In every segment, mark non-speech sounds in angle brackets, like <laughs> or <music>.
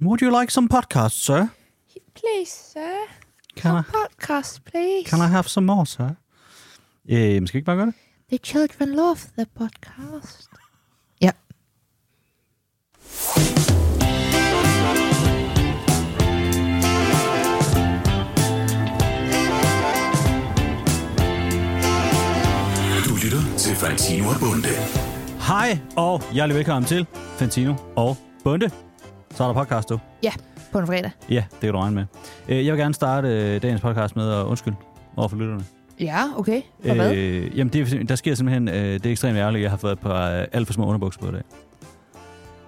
Would you like some podcast, sir? Please, sir. Can I, podcast, please. can I have some more, sir? Øh, skal vi ikke bare gøre det? The children love the podcast. Du lytter til Fantino og Bunde. Hej, og hjertelig velkommen til Fantino og Bunde. Så er der podcast, du. Ja, på en fredag. Ja, det kan du regne med. Øh, jeg vil gerne starte øh, dagens podcast med at undskylde over for lytterne. Ja, okay. For hvad? Øh, jamen, det, er sim- der sker simpelthen... Øh, det er ekstremt ærgerligt, jeg har fået et par øh, alt for små underbukser på i dag.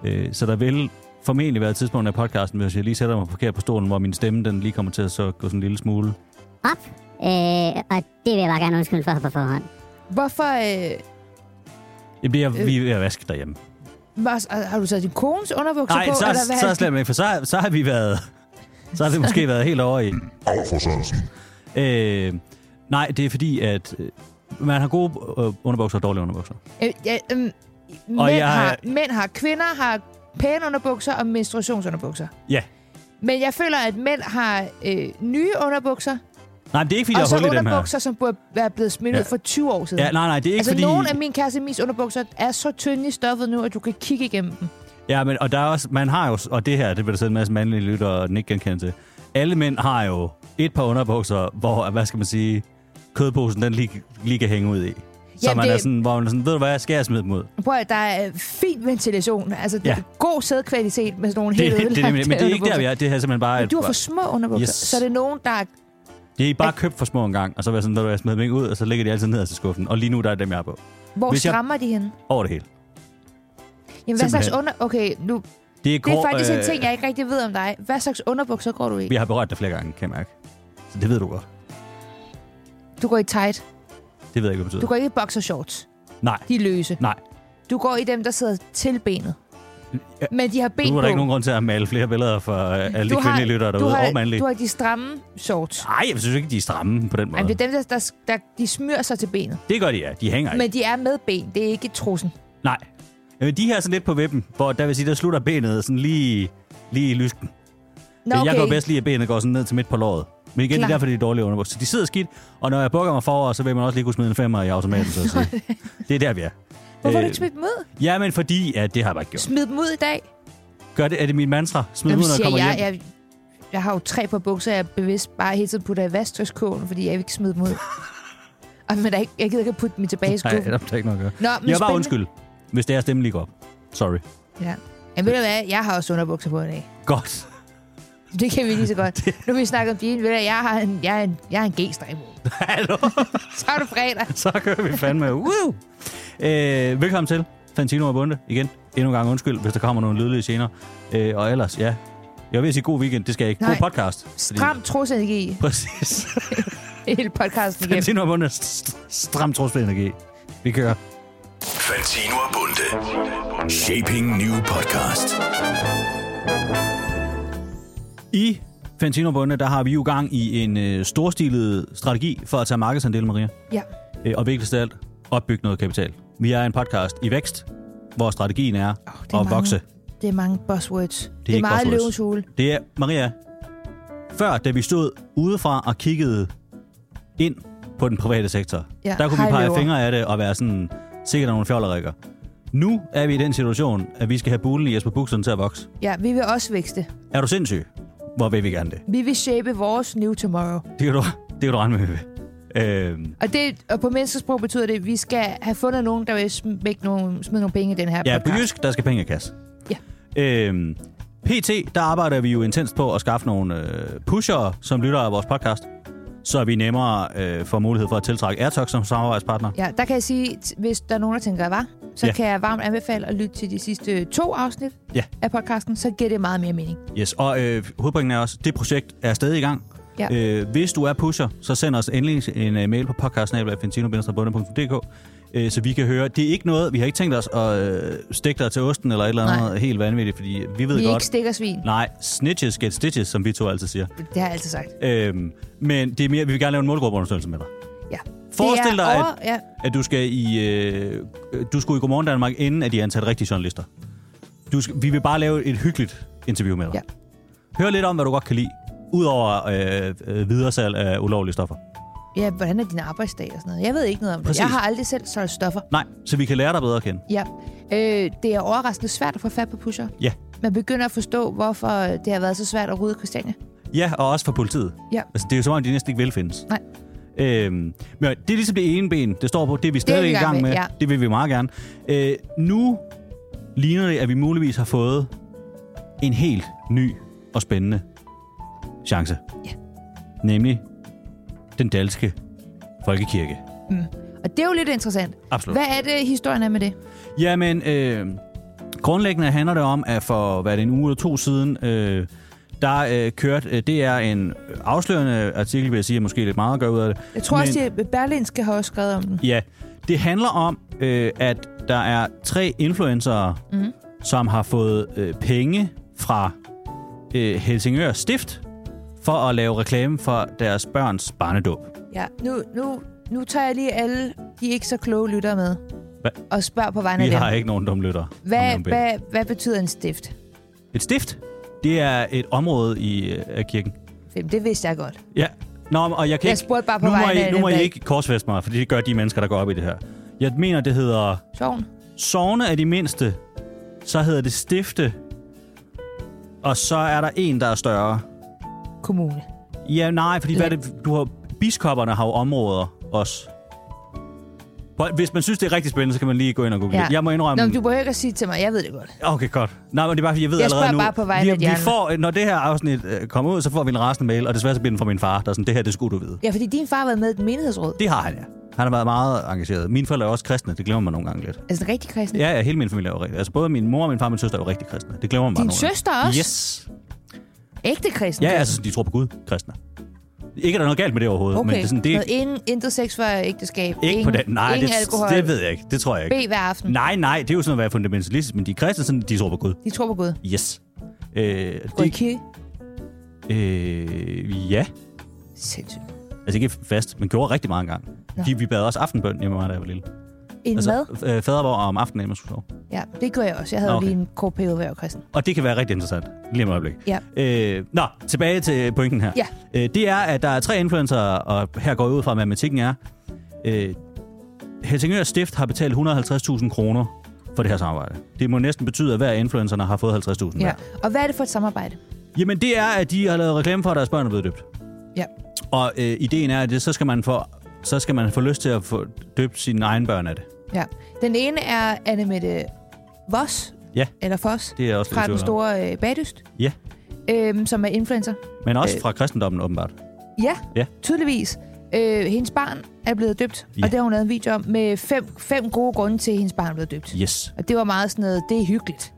Øh, så der vil formentlig være et tidspunkt af podcasten, hvis jeg lige sætter mig forkert på stolen, hvor min stemme den lige kommer til at så gå sådan en lille smule. op. Øh, og det vil jeg bare gerne undskylde for på forhånd. Hvorfor øh, Jamen, det er jeg, vi er ved at vaske derhjemme. var- altså, har du taget din kones underbukser Nej, på? så, hvad? så, så slemt ikke, for så, så har vi været... Så har det måske været helt over i... Overfor Sørensen. Øh, nej, det er fordi, at øh, man har gode øh, underbukser og dårlige underbukser. Øh, ja, øh, mænd, Og jeg- har, mænd har, kvinder har pæne underbukser og menstruationsunderbukser. Ja. Men jeg føler, at mænd har øh, nye underbukser, Nej, men det er ikke, fordi og der så er hul i dem her. underbukser, som burde være blevet smidt Ja. ud for 20 år siden. Ja, nej, nej, det er ikke altså, fordi... nogle af min kæreste mis underbukser er så tynde i stoffet nu, at du kan kigge igennem dem. Ja, men og der er også, man har jo, og det her, det vil der sidde en masse mandlige lytter, og den ikke genkender til. Alle mænd har jo et par underbukser, hvor, hvad skal man sige, kødposen, den lige, lige kan hænge ud i. Så Jamen, man det- er sådan, hvor man er sådan, ved du hvad, skal jeg smide dem ud? Prøv at der er øh, fin ventilation. Altså, ja. Ja. god sædkvalitet med sådan nogle Det, helt det, det, er nemlig- men det er ikke der, vi underbukser. er. Det her er simpelthen bare, Men et, du har for små underbukser, Yes. yes. så er det nogen, der er... det er bare købt for små en gang, og så vil jeg sådan, ved du hvad, jeg smider dem ikke ud, og så ligger de altid ned til skuffen. Og lige nu, der er dem, jeg har på. Hvor Hvis Hvis jeg- strammer de henne? Over det hele. Jamen, hvad slags Simpelthen. under... Okay, nu... Det er, Det grå, er faktisk en øh, ting, jeg ikke rigtig ved om dig. Hvad slags underbukser går du i? Vi har berørt det flere gange, kan jeg mærke. Så det ved du godt. Du går i tight. Det ved jeg ikke, hvad det Du betyder. går ikke i boxershorts. Nej, De er løse. nej. Du går i dem, der sidder til benet. Ja. Men de har ben Nu er der på. ikke nogen grund til at male flere billeder for øh, alle de du har, kvindelige lyttere du, derude, og har, mandlige. Ah, du har de stramme shorts. Nej, jeg synes ikke, de er stramme på den måde. Jamen, det er dem, der, der, der de smyrer sig til benet. Det gør de, ja. De hænger Ej. ikke. Men... Men de er med ben. Det er ikke trussen. Nej. Jamen, de her er sådan lidt på vippen, hvor der vil sige, der slutter benet sådan lige, lige i lysken. Nå, Okay. okay. Jeg kan jo <laughs> bedst lige, at benet går sådan ned til midt på låret. Men igen, det Klart. er derfor, de er dårlige underbukser. Så de sidder skidt, og når jeg bukker mig forover, så vil man også lige kunne smide en femmer i automaten. Så at <laughs> sige. det er der, vi er. Hvorfor har Øh, du ikke smidt dem ud? Jamen, fordi at det har jeg bare ikke gjort. Smid dem ud i dag. Gør det, er det min mantra? Smid dem Jamen, ud, når jeg kommer siger hjem. jeg, jeg, jeg har jo tre på bukser, jeg bevidst bare hele tiden putter i vasktøjskålen, fordi jeg vil ikke smide dem ud. <laughs> Og men der er ikke, jeg gider ikke at putte dem tilbage i Nej, skuffen. der er ikke noget at gøre. Nå, Jeg vil bare undskyld, hvis det er stemmen lige går op. Sorry. Ja. Jamen, ved du hvad? Jeg har også underbukser på i dag. <laughs> Godt. <laughs> Det kan vi lige så godt. Nu har vi snakket om din. Ved du, hvad, jeg har en, jeg er en, jeg er en G-streg <laughs> på. Hallo. Så er det fredag. så kører vi fandme. Woo! Øh, velkommen til Fantino og Bunde igen. Endnu en gang undskyld, hvis der kommer nogle lydlige scener. Øh, og ellers, ja. Jeg vil sige god weekend, det skal jeg ikke. God Nej. podcast. fordi- Stram trosenergi <laughs> Præcis. hele podcasten igennem. Fantino og Bunde, st- st- stram trusle energi. Vi kører. Fantino og Bunde. Shaping New Podcast. I Fantino og Bunde, der har vi jo gang i en øh, storstilet strategi for at tage markedsandel, Maria. Ja. Øh, og vigtigst af alt, opbygge noget kapital. Vi er en podcast i vækst, hvor strategien er, Åh, oh, det er at mange- vokse. Det er mange buzzwords. Det er, det er ikke meget buzzwords. løvens hule. Det er, Maria, før da vi stod udefra og kiggede ind på den private sektor, Ja, der kunne vi hej, pege løver. fingre af det og være sådan, sikkert er nogle fjollerikker. Nu er vi i den situation, at vi skal have bulen i Jesper Bukserne til at vokse. Ja, vi vil også vækste. Er du sindssyg? Hvor vil vi gerne det? Vi vil shape vores new tomorrow. Det kan du, det kan du regne med. vi vil. Øhm, Og, det, og på menneskesprog betyder det, at vi skal have fundet nogen, der vil smække nogle, smide nogle penge i den her ja, på podcast. jysk, der skal penge i kasse. Ja. Øhm, PT, der arbejder vi jo intenst på at skaffe nogle øh, pushere, som lytter af vores podcast, så vi nemmere øh, får mulighed for at tiltrække Airtox som samarbejdspartner. Ja, der kan jeg sige, t- hvis der er nogen, der tænker, hvad? Så Ja. ja. kan jeg varmt anbefale at lytte til de sidste to afsnit Ja. af podcasten, så giver det meget mere mening. Yes, og øh, hovedpointen er også, det projekt er stadig i gang. Ja. Øh, hvis du er pusher, så send os endelig en uh, mail på podcast.fentino-bunde.dk øh, så vi kan høre. Det er ikke noget, vi har ikke tænkt os at øh, stikke dig til osten eller et eller andet Nej. helt vanvittigt, fordi vi ved Vi er godt... ikke stikkersvin. Nej, snitches get stitches, som vi to altid siger. Det har jeg altid sagt. Øhm, men det er mere, vi vil gerne lave en målgruppeundersøgelse med dig. Ja. Forestil det er dig, at- over, ja, At du skal i... Øh, du skulle i Godmorgen Danmark, inden at de er ansat rigtige journalister. Du skal, vi vil bare lave et hyggeligt interview med dig. ja. Hør lidt om, hvad du godt kan lide, udover øh, øh, videresalg af ulovlige stoffer. Ja, hvordan er din arbejdsdag og sådan noget? Jeg ved ikke noget om det. Præcis. Jeg har aldrig selv solgt stoffer. Nej, så vi kan lære dig bedre at kende. Ja. Øh, det er overraskende svært at få fat på pusher. Ja. Man begynder at forstå, hvorfor det har været så svært at rydde Christiania. Ja, og også for politiet. Ja. Altså, det er jo som om, de næsten ikke vil findes. Nej. Øhm, men det er ligesom det ene ben, det står på. Det er vi stadig vi i i gang gang med. med, ja. Det vil vi meget gerne. Øh, nu ligner det, at vi muligvis har fået en helt ny og spændende chance. Ja. Nemlig den danske folkekirke. Og det er jo lidt interessant. Absolut. Hvad er det, historien er med det? Jamen, øh, grundlæggende handler det om, at for hvad er det, en uge eller to siden, øh, der øh, kørte, øh, det er en afslørende artikel, vil jeg sige, måske lidt meget at gøre ud af det. Jeg tror Men- Men... også, at Berlinske har også skrevet om den. Ja, det handler om, øh, at der er tre influencer, Mhm. mm. som har fået øh, penge fra øh, Helsingør Stift for at lave reklame for deres børns barnedåb. Ja. Nu, nu, nu tager jeg lige alle de ikke så kloge lyttere med. Hva? Og spørger på vegne Vi af dem. har ikke nogen dumme lyttere. Hvad, om det. hvad, hvad betyder en stift? Et stift, det er et område i øh, af kirken. Jamen, Det vidste jeg godt. Ja. Nå, og jeg kan Jeg ikke... spurgte bare på nu må vegne I, af Nu dem, må I der ikke korsfeste mig, for det gør de mennesker, der går op i det her. Jeg mener, det hedder... Sovn. Sovne er de mindste, så hedder det stifte, og så er der en, der er større. Kommune. Ja, nej, fordi hvad er det, du har, biskopperne har jo områder også. Prøv- Hvis man synes, det er rigtig spændende, så kan man lige gå ind og google ja. det. Jeg må indrømme... Nå, men du behøver ikke at sige til mig. Jeg ved det godt. Okay, godt. Nej, men det er bare, fordi jeg ved Jeg allerede spørger nu... bare på vegne vi, af vi de andre. får, Når det her afsnit øh, kommer ud, så får vi en rasende mail, og desværre så bliver den fra min far, der er sådan, det her, det skulle du vide. Ja, fordi din far har været med i et menighedsråd. Det har han, ja. Han har været meget engageret. Mine forældre er også kristne, det glemmer man nogle gange lidt. Altså en rigtig kristen. Ja, ja, hele min familie er jo rigtig. Altså både min mor og min far og min søster er jo rigtig kristne. Det glemmer man bare Din nogle gange. søster også? Yes. Ægte kristen. Ja, altså de tror på Gud, kristne. Ikke er der noget galt med det overhovedet, Okay. men det er sådan, det er Noget ingen, intet sex for ægteskab. ikke ingen, på den. Nej, ingen det, alkohol. det ved jeg ikke. Det tror jeg ikke. B hver aften. Nej, nej, det er jo sådan at være fundamentalistisk, men de er kristne, sådan, de tror på Gud. De tror på Gud. Yes. Øh, Gå i det, kirke. øh, ja, Sindssygt. altså ikke fast, men gjorde rigtig meget engang. Nå. De, vi bad også aftenbøn hjemme med mig, da jeg var lille. En altså, mad? Altså, øh, fadervor om aftenen, inden man skulle sove. Ja, det gør jeg også. Jeg havde Okay. okay. lige en kort periode, hvor jeg var kristen. Og det kan være rigtig interessant. Lige om et øjeblik. Ja. Øh, nå, tilbage til pointen her. Ja. Øh, det er, at der er tre influencer, og her går jeg ud fra, at matematikken er. Øh, Helsingør Stift har betalt 150.000 kroner for det her samarbejde. Det må næsten betyde, at hver af influencerne har fået 50.000 Ja. hver. Og hvad er det for et samarbejde? Jamen, det er, at de har lavet reklame for, at deres børn er blevet døbt. Ja. Og øh, ideen er, at det, så, skal man få, så skal man få lyst til at få døbt sine egne børn af det. ja. Den ene er Annemette Voss. Ja. Eller Foss. Det er jeg også lidt Fra i den tvivl om. store øh, bagdyst. Ja. Øhm, som er influencer. Men også Øh. fra kristendommen, åbenbart. Ja, Ja. tydeligvis. Øh, hendes barn er blevet døbt, Ja. og det har hun lavet en video om med fem, fem gode grunde til, at hendes barn er blevet døbt. Yes. Og det var meget sådan noget, det er hyggeligt.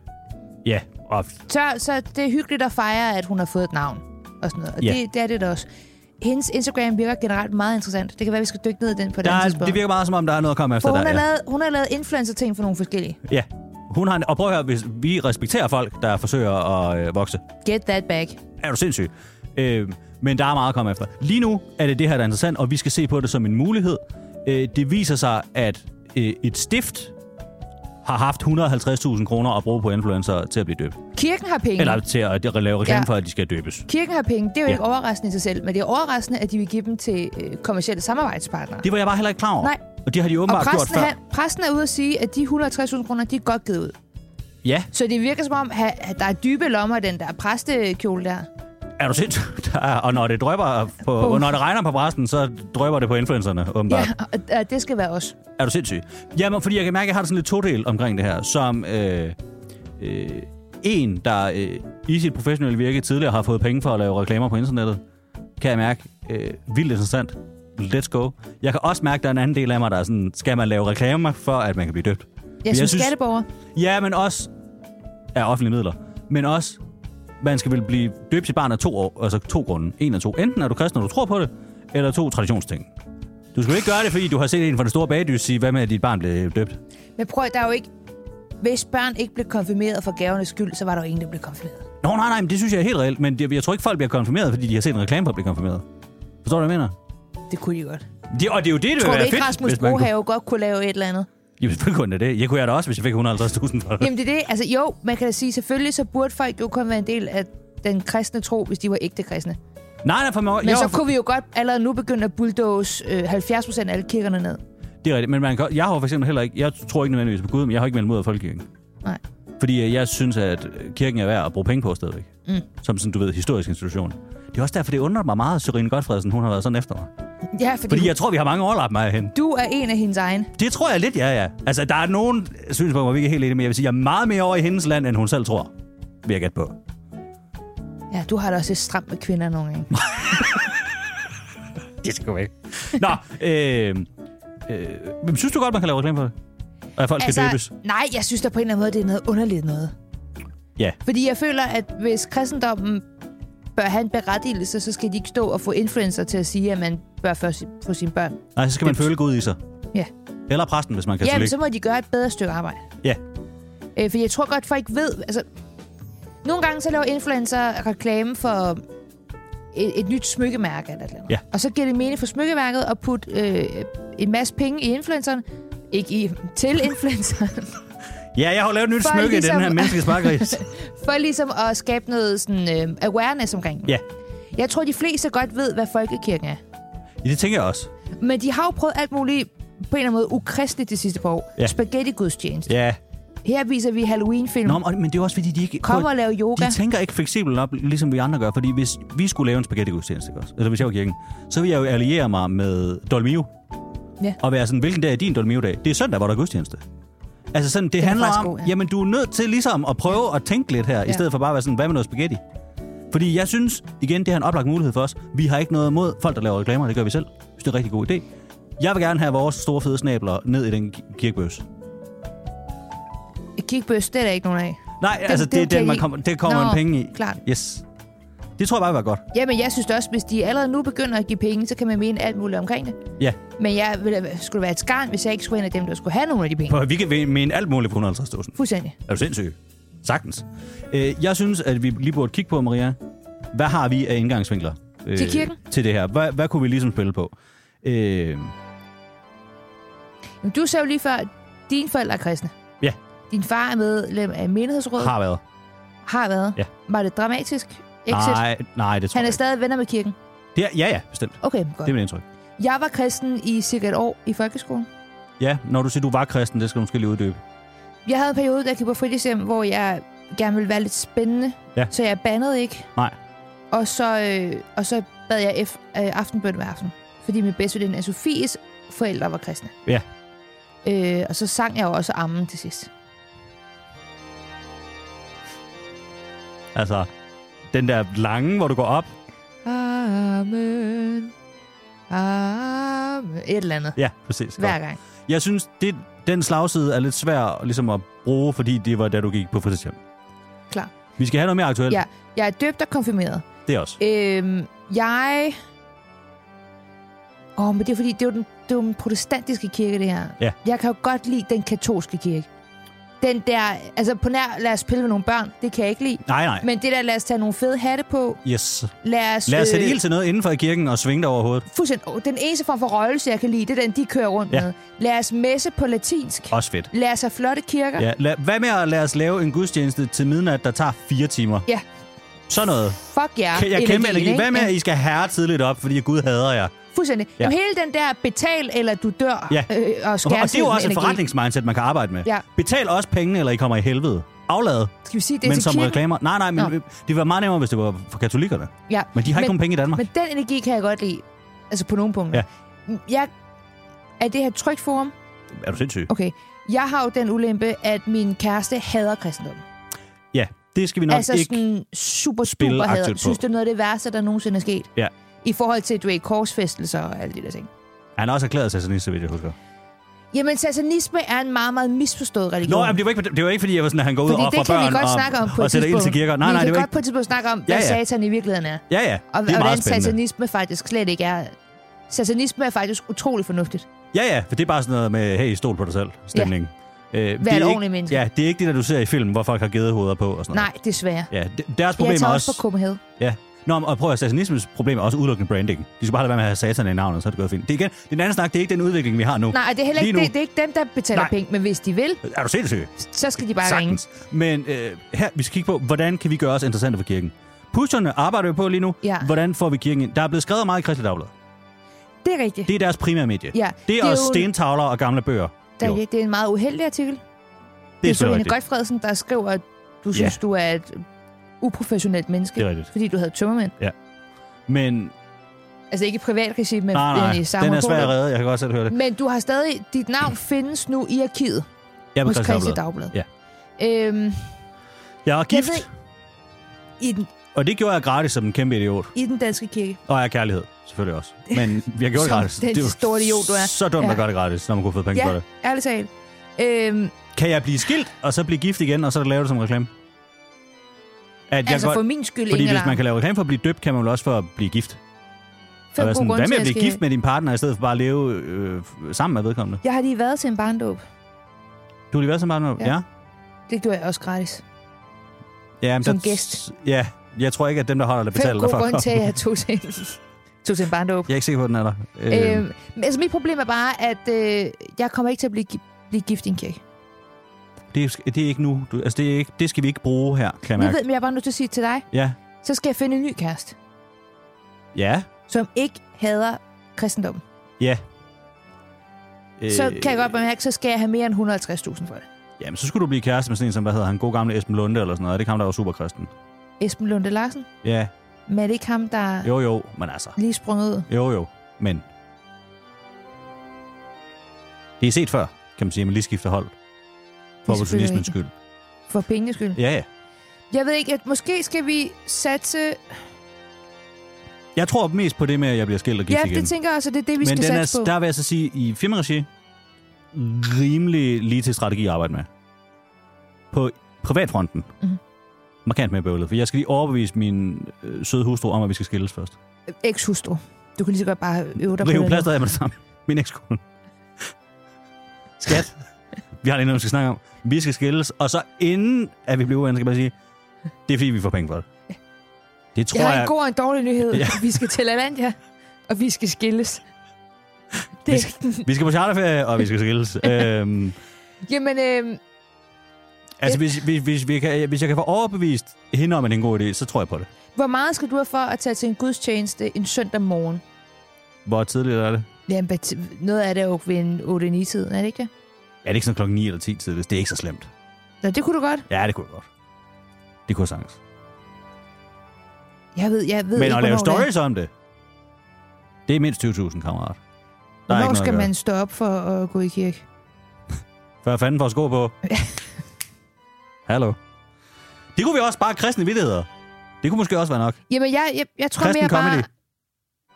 Ja, og Så, så det er hyggeligt at fejre, at hun har fået et navn. Og, sådan noget. og Ja. det, det er det da også. Hendes Instagram virker generelt meget interessant. Det kan være, vi skal dykke ned i den på et der andet er, tidspunkt. det virker bare, som om der er noget at komme efter For hun, der. har ja. lavet, hun har lavet influencer-ting for nogle forskellige. Ja. Hun har en, og prøv at høre, hvis vi respekterer folk, der forsøger at øh, vokse. Get that back. Er du sindssyg? Øh, men der er meget at komme efter. Lige nu er det det her, der er interessant, og vi skal se på det som en mulighed. Øh, det viser sig, at øh, et stift har haft 150.000 kroner at bruge på influencer til at blive døbt. Kirken har penge. Eller til at lave reklame Ja. for, at de skal døbes. Kirken har penge. Det er jo Ja. ja. ikke overraskende i sig selv, men det er overraskende, at de vil give dem til øh, kommersielle samarbejdspartnere. Det var jeg bare heller ikke klar over. Nej. Og det har de Og åbenbart gjort præsten, før. han, præsten er ude at sige, at de 160.000 kroner, de er godt givet ud. Ja, Så det virker som om, at at der er dybe lommer i den der præstekjole der. er du sindssyg? <laughs> Der er, og når det, drøber på, På- og når det regner på præsten, så drøber det på influencerne, åbenbart. Ja, og, og det skal være os. Er du sindssyg? Jamen, fordi jeg kan mærke, at jeg har det sådan lidt todel omkring det her, som øh, øh, en, der øh, i sit professionelle virke tidligere har fået penge for at lave reklamer på internettet, kan jeg mærke, øh, vildt interessant. Let's go. Jeg kan også mærke, at der er en anden del af mig, der er sådan, skal man lave reklamer for, at man kan blive døbt? Jeg jeg som synes- synes... skatteborger. Ja, men også af offentlige midler. Men også, man skal vel blive døbt sit barn af to, år, altså to grunde. En af to. Enten er du kristen, og du tror på det, eller to traditionsting. Du skal jo ikke gøre det, fordi du har set en fra den store bagdys sige, hvad med, at dit barn blev døbt? Men prøv, der er jo ikke... Hvis børn ikke blev konfirmeret for gavernes skyld, så var der jo ingen, der blev konfirmeret. Nå, nej, nej, men det synes jeg er helt reelt. Men jeg, jeg tror ikke, folk bliver konfirmeret, fordi de har set en reklame på at blive konfirmeret. Forstår du, hvad jeg mener? Det kunne de godt. Det, og det er jo det, det Tror vil du være ikke, fedt, Rasmus hvis man kunne... Brohave godt kunne lave et eller andet? Jamen, selvfølgelig kunne jeg det. Jeg kunne jeg da også, hvis jeg fik 150.000 for det. Jamen det er det. Altså jo, man kan da sige, selvfølgelig så burde folk jo kun være en del af den kristne tro, hvis de var ægte kristne. Nej, nej, for man, Men jo, jo, så kunne vi jo godt allerede nu begynde at bulldoze øh, 70% af alle kirkerne ned. det er rigtigt. Men man kan, jeg har jo for eksempel heller ikke, jeg tror ikke nødvendigvis på Gud, men jeg har ikke meldt mod af folkekirken. Nej. Fordi øh, jeg synes, at kirken er værd at bruge penge på stadigvæk. Mm. Som sådan, du ved, historisk institution. Det er også derfor, det undrer mig meget, at Sørine Godfredsen, hun har været sådan efter mig. Ja, fordi, Fordi jeg tror, vi har mange overlap mig hen. du er en af hendes egne. Det tror jeg lidt, ja, ja. Altså, der er nogle synspunkter, hvor vi ikke er helt enige, men jeg vil sige, jeg er meget mere over i hendes land, end hun selv tror. Vil jeg gætte på. Ja, du har det også lidt stramt med kvinder nogle gange. Det skal vi ikke. <laughs> Nå, øh, øh, men synes du godt, man kan lave reklame for det? Og at folk altså, skal døbes? nej, jeg synes da på en eller anden måde, det er noget underligt noget. Ja. Fordi jeg føler, at hvis kristendommen bør have en berettigelse, så skal de ikke stå og få influencer til at sige, at man bør først få sine børn. Nej, så skal man Døbs. føle Gud i sig. Ja. Eller præsten, hvis man kan Jamen, så må de gøre et bedre stykke arbejde. Ja. Øh, for jeg tror godt, folk ved... Altså, nogle gange så laver influencer reklame for et, et nyt smykkemærke eller et eller andet. Ja. Og så giver det mening for smykkeværket at putte øh, en masse penge i influenceren. Ikke i, til <laughs> influenceren. Ja, jeg har jo lavet et nyt For smykke ligesom... i den her ligesom- menneske sparkris. for ligesom at skabe noget sådan, øh, awareness omkring den. Ja. Jeg tror, de fleste godt ved, hvad folkekirken er. ja, det tænker jeg også. Men de har jo prøvet alt muligt på en eller anden måde ukristeligt de sidste par år. Ja. Spaghetti-gudstjeneste. Ja. Her viser vi Halloween-film. Nå, men men det er jo også, fordi de ikke... Kom og lav yoga. De tænker ikke fleksibelt op, ligesom vi andre gør. Fordi hvis vi skulle lave en spaghetti-gudstjeneste, ikke også? eller hvis jeg var kirken, så ville jeg jo alliere mig med Dolmio. Ja. Og være sådan, hvilken dag er din Dolmio-dag? Det er søndag, hvor der er gudstjeneste. Altså sådan, det, det er handler om, faktisk god, god, ja. ja. jamen du er nødt til ligesom at prøve at tænke lidt her, ja. i Ja. stedet for bare at være sådan, hvad med noget spaghetti? Fordi jeg synes, igen, det er en oplagt mulighed for os. Vi har ikke noget imod folk, der laver reklamer, det gør vi selv. Jeg synes, det er en rigtig god idé. Jeg vil gerne have vores store fede snabler ned i den ki- kirkebøs. Kickbøs, det er der ikke nogen af. Nej, den, altså den det er kan den, man I- kommer, det kommer Nå, man penge i. klart. Yes. Det tror jeg bare vil være godt. Jamen, jeg synes da også, hvis de allerede nu begynder at give penge, så kan man mene alt muligt omkring det. Ja, Men jeg ville, øh, skulle være et skarn, hvis jeg ikke skulle være en af dem, der skulle have nogle af de penge. for vi kan mene alt muligt på 150.000. Fuldstændig. Er du sindssyg? Sagtens. Øh, jeg synes, at vi lige burde kigge på, Maria. Hvad har vi af indgangsvinkler øh, Til kirken? til det her? Hvad, hvad kunne vi ligesom spille på? Øh, Jamen, du sagde jo lige før, at dine forældre er kristne. Ja. Din far er medlem af menighedsrådet. har været. har været. Ja. Var det dramatisk? Exit? Nej, nej, det tror Han er jeg stadig venner med kirken. ikke. Det er, ja, ja, bestemt. Okay, Det godt. er mit indtryk. Jeg var kristen i cirka et år i folkeskolen. Ja, når du siger, du var kristen, det skal du måske lige uddybe. Jeg havde en periode, der jeg gik på fritidshjem, hvor jeg gerne ville være lidt spændende. Ja. Så jeg bandede ikke. Nej. Og så, øh, og så bad jeg F, øh, aftenbøn hver aften. Fordi min bedste veninde Sofies forældre var kristne. Ja. Øh, og så sang jeg jo også Ammen til sidst. Altså, den der lange, hvor du går op. Amen. Amen. Et eller andet. Ja, præcis. Godt. Hver gang. Jeg synes, det, den slagside er lidt svær ligesom at bruge, fordi det var da du gik på fritidshjem. Klar. Vi skal have noget mere aktuelt. Ja. Jeg er døbt og konfirmeret. Det også. Øhm, jeg... Åh, oh, men det er fordi, det er, jo den, det er jo den protestantiske kirke, det her. Ja. Jeg kan jo godt lide den katolske kirke. Den der, altså på nær, lad os pille ved nogle børn, det kan jeg ikke lide. Nej, nej. Men det der, lad os tage nogle fede hatte på, Yes. lad os... øh, Lad os sætte ild til noget inden for kirken og svinge dig over hovedet. Fuldstændig. Oh, den eneste form for røgelse, jeg kan lide, det er den, de kører rundt Ja. med. Lad os messe på latinsk. Også fedt. Lad os have flotte kirker. Ja, la- hvad med at lade os lave en gudstjeneste til midnat, der tager fire timer? Ja. Sådan noget. Fuck jer. Kan jeg kæmpe energi. ikke? Hvad med, Ja. at I skal herre tidligt op, fordi Gud hader jer? Fuldstændig. Ja. Ja. Jamen, hele den der betal, eller du dør, Ja. øh, og Og, skærer og det er jo også et energi. forretningsmindset, man kan arbejde med. Ja. Betal også pengene, eller I kommer i helvede. Aflad, Skal vi sige, det er men til som kirken? reklamer. Nej, nej, men Nå. det ville være meget nemmere, hvis det var for katolikkerne. Ja. Men de har ikke nogen penge i Danmark. Men den energi kan jeg godt lide. Altså på nogle punkter. Ja. Jeg, er det her et trygt forum? Er du sindssyg? Okay. Jeg har jo den ulempe, at min kæreste hader kristendommen. Ja, det skal vi nok altså ikke... sådan super spille super hader. aktivt på. Synes, det er noget af det værste, der nogensinde er sket. Ja. I forhold til, du ved, korsfæstelser og alle de der ting. Han har også erklæret sig sådan så vidt jeg husker. Jamen, satanisme er en meget, meget misforstået religion. Nå, jamen, det, var ikke, det var ikke fordi, jeg var sådan, at han går ud fordi og offrer det kan børn vi godt og, snakke om på og et sætter ild tidspunkt. til kirker. Nej, vi nej, kan det var godt ikke... på et tidspunkt snakke om, hvad Ja, ja. satan i virkeligheden er. Ja, ja, Og, det er og meget hvordan spændende. satanisme faktisk slet ikke er. Satanisme er faktisk utrolig fornuftigt. Ja, ja, for det er bare sådan noget med, hey, stol på dig selv, stemning. Ja. Øh, det et er ordentligt ikke- menneske. Ja, det er ikke det, der du ser i film, hvor folk har gedehoveder på og sådan Nej, desværre. noget. Ja, de- deres problem Jeg tager er også på også... Copenhagen. Ja. Nå, men- og prøv at høre, satanismens problem er også udelukkende branding. De skal bare lade være med at have satan i navnet, så er det gået fint. Det er igen, den anden snak, det er ikke den udvikling, vi har nu. Nej, og det er heller Lige ikke, nu- det, det er ikke dem, der betaler Nej. Nej. penge, men hvis de vil, Er du sindssyg? så skal de bare ringe. Sagtens. Men øh, her, vi skal kigge på, hvordan kan vi gøre os interessante for kirken? Pusherne arbejder jo på lige nu. Ja. Hvordan får vi kirken ind? Der er blevet skrevet meget i Kristelig Dagblad. Det er rigtigt. Det er deres primære medie. Ja, Det det er, er også jo- stentavler og gamle bøger. Der, Jo, det er en meget uheldig artikel. det er selvfølgelig Sofine rigtigt. Godfredsen, der skriver, at du synes, du er et uprofessionelt menneske, Det er rigtigt. fordi du havde tømmermænd. Men Altså ikke i privat regi, men nej, nej, i samme den er svær at redde. Jeg kan godt selv høre det. Men du har stadig... Dit navn findes nu i arkivet Jeg er på hos Kristeligt Christi Dagblad. Dagblad. Ja. Øhm, Jeg er gift, ved- i, den, og det gjorde jeg gratis som en kæmpe idiot. I den danske kirke. Og jeg er kærlighed, selvfølgelig også. Men jeg gjorde det Som gratis. den det er jo store idiot, du er. Så dumt Ja. at gøre det gratis, når man kunne få penge for Ja, det. ærligt talt. Øhm, Kan jeg blive skilt, og så blive gift igen, og så lave det som reklame? At jeg altså godt, for min skyld, fordi Inger hvis man Larm. kan lave reklame for at blive døbt, kan man vel også for at blive gift. Fem Og være gode sådan, grunde hvad med til, at blive skal- gift med din partner, i stedet for bare at leve øh, sammen med vedkommende? Jeg har lige været til en barndåb. Du har lige været sammen med partner? Ja. Ja. Det gjorde jeg også gratis. ja men Som der- gæst. Ja, jeg tror ikke, at dem, der holder det, Fem betaler gode dig for at grunde komme. til, at jeg tog til, tog til en barndåb. <laughs> Jeg er ikke sikker på, at den er der. Øh, Øh, men altså, mit problem er bare, at øh, jeg kommer ikke til at blive, gi- blive gift i en kirke. det, er, det er ikke nu. Du, altså, det, er ikke, det skal vi ikke bruge her, kan jeg Men jeg mærke. ved, men jeg er bare nødt til at sige til dig, Ja. så skal jeg finde en ny kæreste, Ja. som ikke hader kristendommen. Ja. Øh, så kan jeg godt bemærke, så skal jeg have mere end 150.000 for det. Jamen, så skulle du blive kæreste med sådan en, som, hvad hedder han, god gamle Esben Lunde eller sådan noget. Det kom der var superkristen. Esben Lunde Larsen, Ja, men er det ikke ham, der jo. jo jo, men altså. lige sprunget ud? Jo jo, men... Det er set før, kan man sige, at man lige skifter hold. For selvfølgelig opportunismens rigtigt. skyld. For pengenes skyld. Ja. Ja, ja. Jeg ved ikke, at måske skal vi satse... Jeg tror mest på det med, at jeg bliver skilt og gift Ja, igen. det tænker jeg også, at det er det, men vi skal den satse er, på. der vil jeg så sige, i firmaregi, rimelig lige til strategi at arbejde med. På privatfronten, Mhm. mm-hmm. markant mere bøvlet, for jeg skal lige overbevise min øh, søde hustru om, at vi skal skilles først. Ex-hustru. Du kan lige så godt bare øve dig på Rive det. plasteret af med det samme. Min <laughs> ekskone. Skat. vi har lige noget, vi skal snakke om. Vi skal skilles, og så inden at vi bliver uvenner, skal jeg bare sige, det er fordi, vi får penge for det. Det tror Jeg jeg, har en god og en dårlig nyhed. Ja. Ja. Vi skal til Lalandia, og vi skal skilles. Det Vi er den vi skal på charterferie, og vi skal skilles. øhm, <laughs> Jamen, øh, altså, hvis, hvis, hvis, hvis, kan, hvis jeg kan få overbevist hende om, at det er en god idé, så tror jeg på det. hvor meget skal du have for at tage til en gudstjeneste en søndag morgen? Hvor tidligt er det? Jamen, but- noget af det er jo ved en 8-9-tiden, er det ikke det? Er det ikke sådan klokken 9 eller 10 tidligst? Det er ikke så slemt. Nå, det kunne du godt. Ja, det kunne jeg godt. Det kunne jeg sagtens. Jeg ved, jeg ved Men ikke, at lave hvornår det er. stories om det, det er mindst 20.000, kammerat. Der er Hvornår ikke noget at skal gøre. man stå op for at gå i kirke? Før fanden får sko på. Hallo. Det kunne vi også bare kristne vidtigheder. Det kunne måske også være nok. Jamen, jeg, jeg, jeg tror Kristen mere comedy.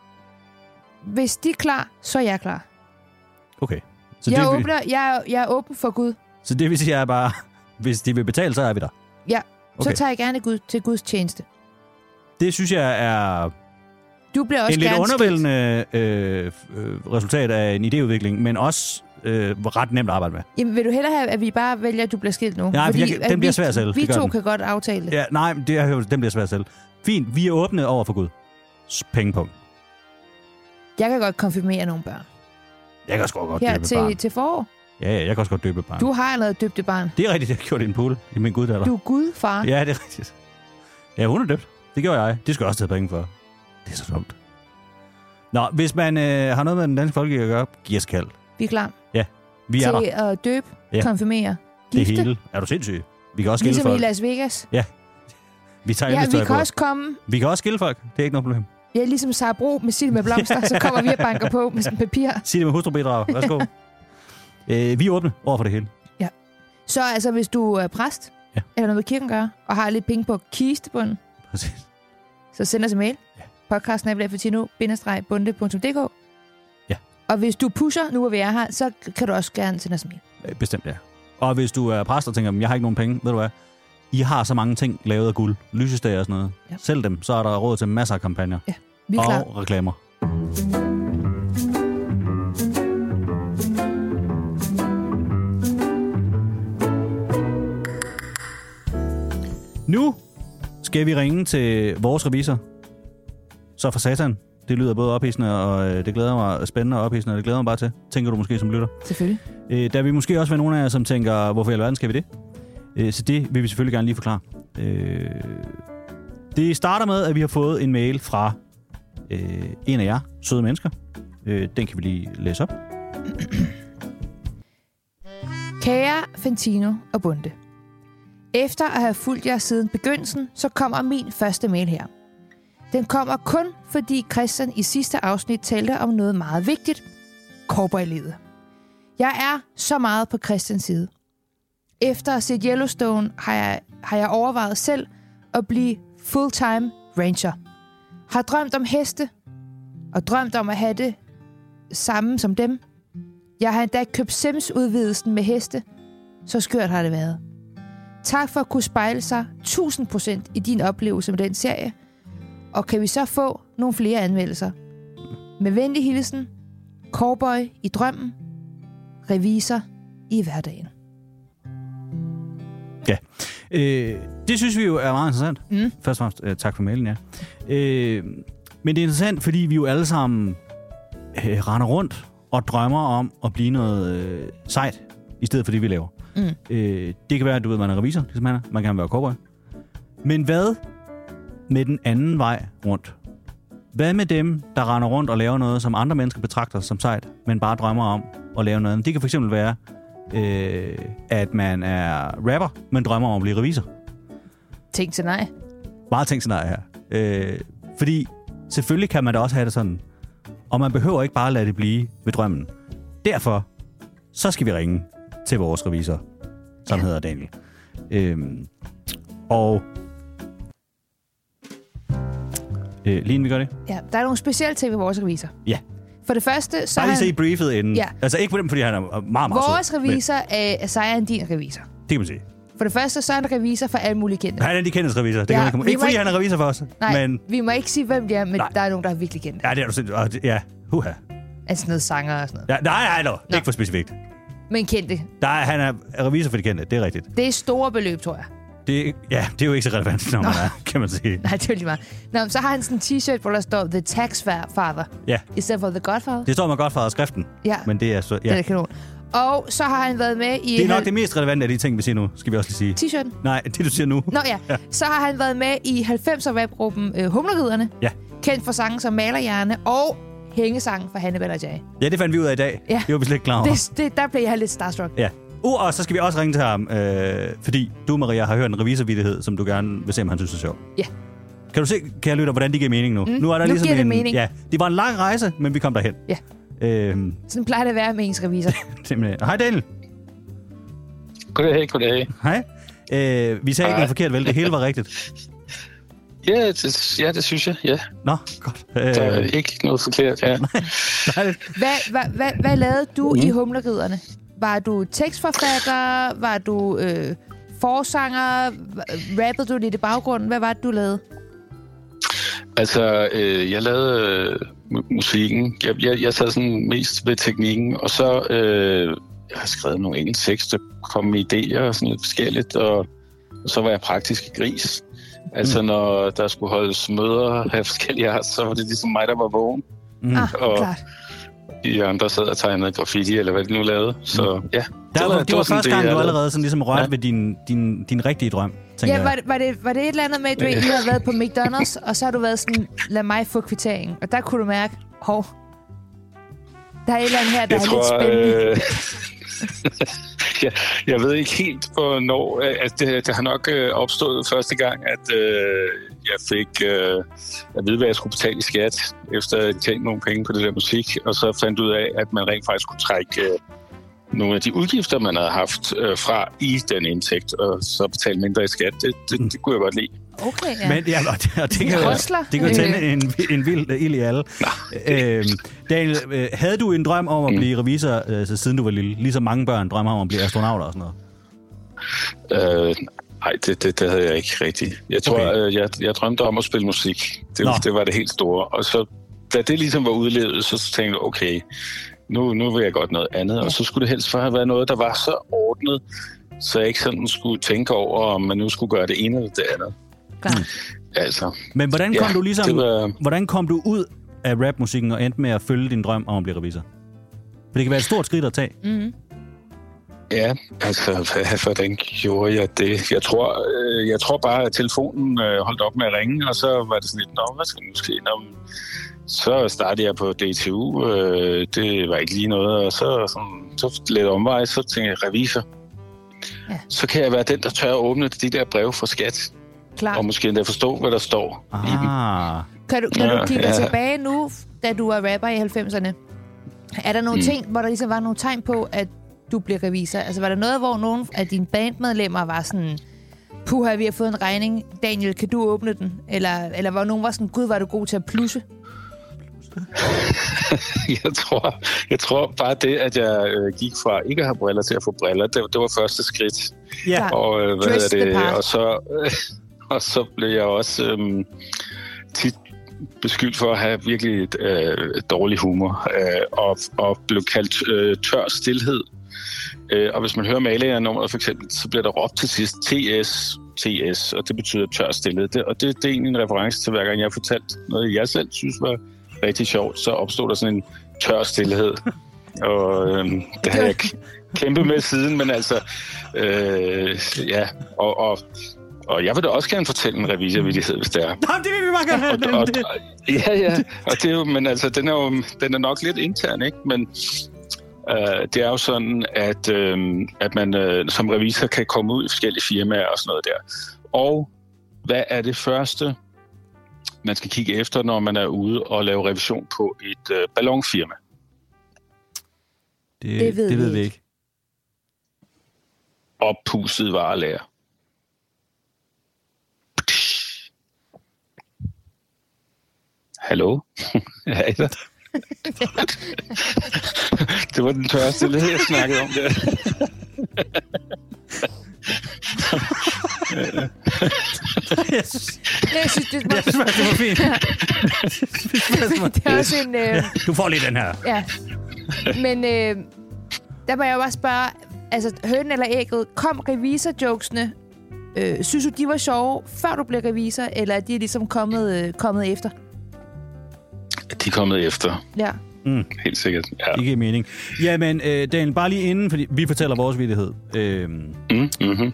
bare... Hvis de er klar, så er jeg klar. Okay. Så Så jeg, det, vi- åbner, jeg, er- jeg er åben for Gud. så det vil sige, er bare, hvis de vil betale, så er vi der. Ja, okay. Okay. så tager jeg gerne Gud til Guds tjeneste. Det synes jeg er Du bliver også en lidt gerne undervældende øh, øh, resultat af en idéudvikling, men også øh, ret nemt at arbejde med. Skilt. Jamen, vil du hellere have, at vi bare vælger, at du bliver skilt nu? for jeg kan- at den bliver vi, svær selv. Vi Det gør to den. kan godt aftale det. Ja, nej, men det er, dem bliver svært selv. Fint, vi er åbne over for Gud. S- Pengepunkt. Jeg kan godt konfirmere nogle børn. Jeg kan også godt døbe Her et barn. til, til forår. Ja, ja, jeg kan også godt døbe et barn. Du har allerede døbt et barn. Det er rigtigt, jeg har gjort det i en pool i min guddatter. Du er Gud, far. Ja, det er rigtigt. Ja, hun er døbt. Det gjorde jeg. Det skal jeg også tage penge for. Det er så dumt. Nå, hvis man øh, har noget med den danske folkekirke at gøre, giv os kald. Vi er klar Vi er der. til at døbe, Ja. ja. konfirmere, Det gifte. hele. Er du sindssyg? Vi kan også skille ligesom i folk. Las Vegas. Vi tager Ja, vi embedsstøj på. kan også komme vi kan også skille folk. Det er ikke noget problem. Ja, ligesom Sara Bro med sild med blomster, så kommer vi og banker på med sådan papir. Sig det med hustrubidrag. <laughs> Værsgo. øh, vi er åbne over for det hele. Så altså, hvis du er præst, Ja. eller noget med kirken gør, og har lidt penge på kistebunden, Præcis. så send os en mail. Ja. Podcasten er bundedk Ja. Og hvis du pusher, nu hvor vi er her, så kan du også gerne sende os en mail. Øh, Bestemt, ja. Og hvis du er præst og tænker, "Men jeg har ikke nogen penge, ved du hvad? I har så mange ting lavet af guld. Lysestager og sådan noget. Ja. Ja. Sælg dem, så er der råd til masser af kampagner. Ja, vi er og klar. reklamer. Nu skal vi ringe til vores revisor. Så for satan. Det lyder både ophidsende, og øh, det glæder mig spændende og ophidsende, og det glæder mig bare til, tænker du måske som lytter. Selvfølgelig. Øh, der vil måske også være nogle af jer, som tænker, hvorfor i alverden skal vi det? Øh, så det vil vi selvfølgelig gerne lige forklare. Øh, Det starter med, at vi har fået en mail fra øh, en af jer, søde mennesker. Øh, den kan vi lige læse op. Kære Fentino og Bunde. Efter at have fulgt jer siden begyndelsen, så kommer min første mail her. Den kommer kun, fordi Christian i sidste afsnit talte om noget meget vigtigt. Cowboylivet. Jeg er så meget på Christians side. Efter at se Yellowstone har jeg, har jeg overvejet selv at blive full-time ranger. Har drømt om heste, og drømt om at have det samme som dem. Jeg har endda købt Sims-udvidelsen med heste. Så skørt har det været. Tak for at kunne spejle sig 1000% i din oplevelse med den serie. Og kan vi så få nogle flere anmeldelser? Med venlig hilsen, Cowboy i drømmen, revisor i hverdagen. Ja. Øh, det synes vi jo er meget interessant. Mm. Først og fremmest øh, tak for mailen, ja. Øh, men det er interessant, fordi vi jo alle sammen øh, render rundt og drømmer om at blive noget øh, sejt, i stedet for det, vi laver. Mm. Øh, det kan være, at du ved, man er revisor, ligesom han er. Man kan være cowboy. Men hvad med den anden vej rundt? Hvad med dem, der render rundt og laver noget, som andre mennesker betragter som sejt, men bare drømmer om at lave noget andet? Det kan fx være, øh, at man er rapper, men drømmer om at blive revisor. Tænk til nej. Meget tænkt scenarie her. Øh, fordi selvfølgelig kan man da også have det sådan, og man behøver ikke bare lade det blive ved drømmen. Derfor, så skal vi ringe til vores revisor, som ja. hedder Daniel. Øhm, og øh, lige inden vi gør det, Ja, der er nogle specielle ting ved vores revisor. ja. For det første, så Bare lige er se i han, briefet inden. Ja. Ja. Altså ikke på dem, fordi han er meget, meget vores sød, men revisor er, er sejere end din revisor. Det kan man sige. For det første, så er han revisor for alle mulige kendte. Han er de kendtes revisor. Det ja, Ja, kan man ikke, komme- vi ikke må fordi ikke- han er revisor for os, Nej, men... vi må ikke sige, hvem det er, men Nej. nej. der er nogen, der er virkelig kendte. Ja, det er du sindssygt. Og det- Ja, huha. Altså noget sanger og sådan noget. Ja, nej, nej, nej, ikke for specifikt. Men kendte. Der er, han er revisor for de kendte, det er rigtigt. Det er store beløb, tror jeg. <laughs> Det, ja, det er jo ikke så relevant, når man er, kan man sige. Nej, det er jo lige meget. Nå, men så har han sådan en t-shirt, hvor der står The Tax Father, Ja, i stedet for The Godfather. det står man godt fra skriften. Ja. Men det er så... Ja. Den er kanon. Og så har han været med i... Det er nok hal- det mest relevante af de ting, vi siger nu, skal vi også lige sige. T-shirten? Nej, det du siger nu. Nå ja. Så har han været med i 90'er rapgruppen øh, Humlerriderne, Ja. kendt for sangen som Malerhjerne og hængesangen for Hannibal og Jay. ja, det fandt vi ud af i dag. Ja. Det var vi slet ikke klar over. Det, det, der blev jeg lidt starstruck. Ja. Uh, og så skal vi også ringe til ham, øh, fordi du, Maria, har hørt en revisorvidighed, som du gerne vil se, om han synes er sjov. Ja. Kan du se, kære lytter, hvordan det giver mening nu? Mm, nu er der nu ligesom giver det en, mening. Ja, det var en lang rejse, men vi kom derhen. Ja. Øhm, Sådan plejer det at være med ens revisor. simpelthen. Hej, Daniel. Goddag, goddag. Hej. Øh, vi sagde ikke Hej. noget forkert, vel? Det hele var rigtigt. Ja, det, ja, det synes jeg, ja. Nå, godt. Der Øh, er ikke noget <laughs> forkert, ja. dejligt. Hvad, hvad, hvad, hvad lavede du i Humleriderne? Var du tekstforfatter? Var du øh, forsanger? Hva- Rappede du lidt i baggrunden? Hvad var det, du lavede? Altså, øh, jeg lavede øh, mu- musikken. Jeg, jeg, jeg sad sådan mest ved teknikken, og så øh, jeg har skrevet nogle engelske tekster, kom med idéer og sådan lidt forskelligt, og, og så var jeg praktisk gris. Altså, mm. når der skulle holdes møder af <laughs> forskellige art, så var det ligesom mig, der var vågen. Mm. Mm. Ah, Og- klart. De andre sad og tegnede graffiti, eller hvad de nu lavede. Så ja, Mm. Der var, det, var, sådan første gang, jeg du lavede. allerede sådan ligesom rørte ja. Ja. ved din, din, din rigtige drøm, tænker Ja, var, jeg. det- var, det, var det et eller andet med, at du egentlig havde været på McDonald's, og så har du været sådan, lad mig få kvitteringen. Og der kunne du mærke, hov, der er et eller andet her, der er lidt spændende. øh, <laughs> jeg, jeg ved ikke helt, hvornår... øh, Altså, det, det har nok øh, opstået første gang, at øh, jeg fik øh, at vide, hvad jeg skulle betale i skat, efter at jeg tjente nogle penge på det der musik, og så fandt ud af, at man rent faktisk kunne trække øh, nogle af de udgifter, man havde haft øh, fra i den indtægt, og så betale mindre i skat. Det, det, det kunne jeg godt lide. Okay, ja. Men ja, og det, og det kan jo Rustler. det kan jo Øh. tænde en, en vild øh, ild i alle. Øhm, Daniel, øh, havde du en drøm Mm. om at blive revisor, øh, så siden du var lille? Ligesom mange børn drømmer om at blive astronauter og sådan noget. Øh, nej, det, det, det havde jeg ikke rigtigt. Jeg tror, Okay. okay. øh, jeg, jeg drømte om at spille musik. Det, Nå. det var det helt store. Og så, da det ligesom var udlevet, så tænkte jeg, okay, nu, nu vil jeg godt noget andet. Og så skulle det helst for have været noget, der var så ordnet, så jeg ikke sådan skulle tænke over, om man nu skulle gøre det ene eller det andet. Klart. Altså, Men hvordan kom, Ja, du ligesom, det var- hvordan kom du ud af rapmusikken Mm. og endte med at følge din drøm om at blive revisor? For det kan være et stort skridt at tage. Ja, altså, hvad, hvordan gjorde jeg det? Jeg tror, øh, jeg tror bare, at telefonen øh, holdt op med at ringe, og så var det sådan lidt, nå, hvad skal nu ske? Nå, men så startede jeg på DTU, øh, det var ikke lige noget, og så, sådan, så lidt omvej, så tænkte jeg, revisor. Ja. Ja. Så kan jeg være den, der tør at åbne de der breve fra skat, Klar. og måske endda forstå, hvad der står <laughs> ah. i dem. Ah, Kan du, kan Ja, du kigge dig ja. tilbage nu, da du var rapper i 90'erne? Er der nogle mm. ting, hvor der ligesom var nogle tegn på, at du blev revisor? Altså var der noget, hvor nogle af dine bandmedlemmer var sådan, puha, vi har fået en regning, Daniel, kan du åbne den? Eller, eller hvor nogen var sådan, gud, var du god til at plusse? jeg, tror, jeg tror bare det, at jeg øh, gik fra ikke at have briller til at få briller, det, det var første skridt. Ja. Klar. Og, øh, hvad Dress hedder the det, part. og, så, <laughs> og så blev jeg også øh, tit beskyldt for at have virkelig øh, dårlig humor, øh, og, og blev kaldt øh, tør stillhed. Øh, og hvis man hører malerier for eksempel, så bliver der råbt til sidst TS, TS, og det betyder tør stillhed. Det, og det, det er egentlig en reference til, hver gang jeg har fortalt noget, jeg selv synes var rigtig sjovt, så opstod der sådan en tør stillhed. <laughs> og øh, det har jeg k- kæmpet med siden, men altså, øh, ja, og, og, og jeg vil da også gerne fortælle en revisorvillighed, hvis det er. Nå, det vil vi bare gerne have. Og, og, ja, ja. Og det er jo, men altså, den er jo den er nok lidt intern, ikke? Men øh, det er jo sådan, at, øh, at man øh, som revisor kan komme ud i forskellige firmaer og sådan noget der. Og hvad er det første, man skal kigge efter, når man er ude og lave revision på et øh, ballonfirma? Det, Det ved det ved vi vi ikke. Oppustet varelager. Hallo? er I der? det var den tørste led, jeg snakkede om der. <laughs> Jeg synes, Jeg synes, det, <laughs> var, jeg synes faktisk, det var fint. <laughs> det er også en... Øh, Du får lige den her. ja. Men øh, der må jeg jo bare spørge, altså hønen eller ægget, kom revisorjokesene, øh, synes du, de var sjove, før du blev revisor, eller er de ligesom kommet, øh, kommet efter? De er kommet efter, Ja. helt sikkert. Ja. Det giver mening. Jamen, øh, Daniel, bare lige inden, fordi vi fortæller vores vidighed. Øh, Mm, mm-hmm.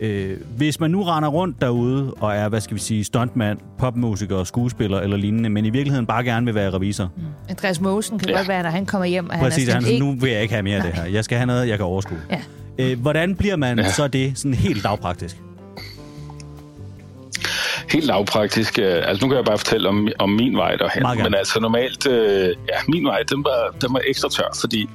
øh, hvis man nu render rundt derude og er, hvad skal vi sige, stuntmand, popmusiker, skuespiller eller lignende, men i virkeligheden bare gerne vil være revisor. Mm. Andreas Mogensen kan ja. Ja. godt være, når han kommer hjem, og Præcis, han er han sådan, sådan, altså, ikke... nu vil jeg ikke have mere af det her. Jeg skal have noget, jeg kan overskue. Ja. Øh, hvordan bliver man Ja. så det sådan helt dagpraktisk? Helt lavpraktisk. øh, Altså, nu kan jeg bare fortælle om, om min vej derhen. Meget gerne. Men altså normalt, øh, ja, min vej, den var, den var ekstra tør, fordi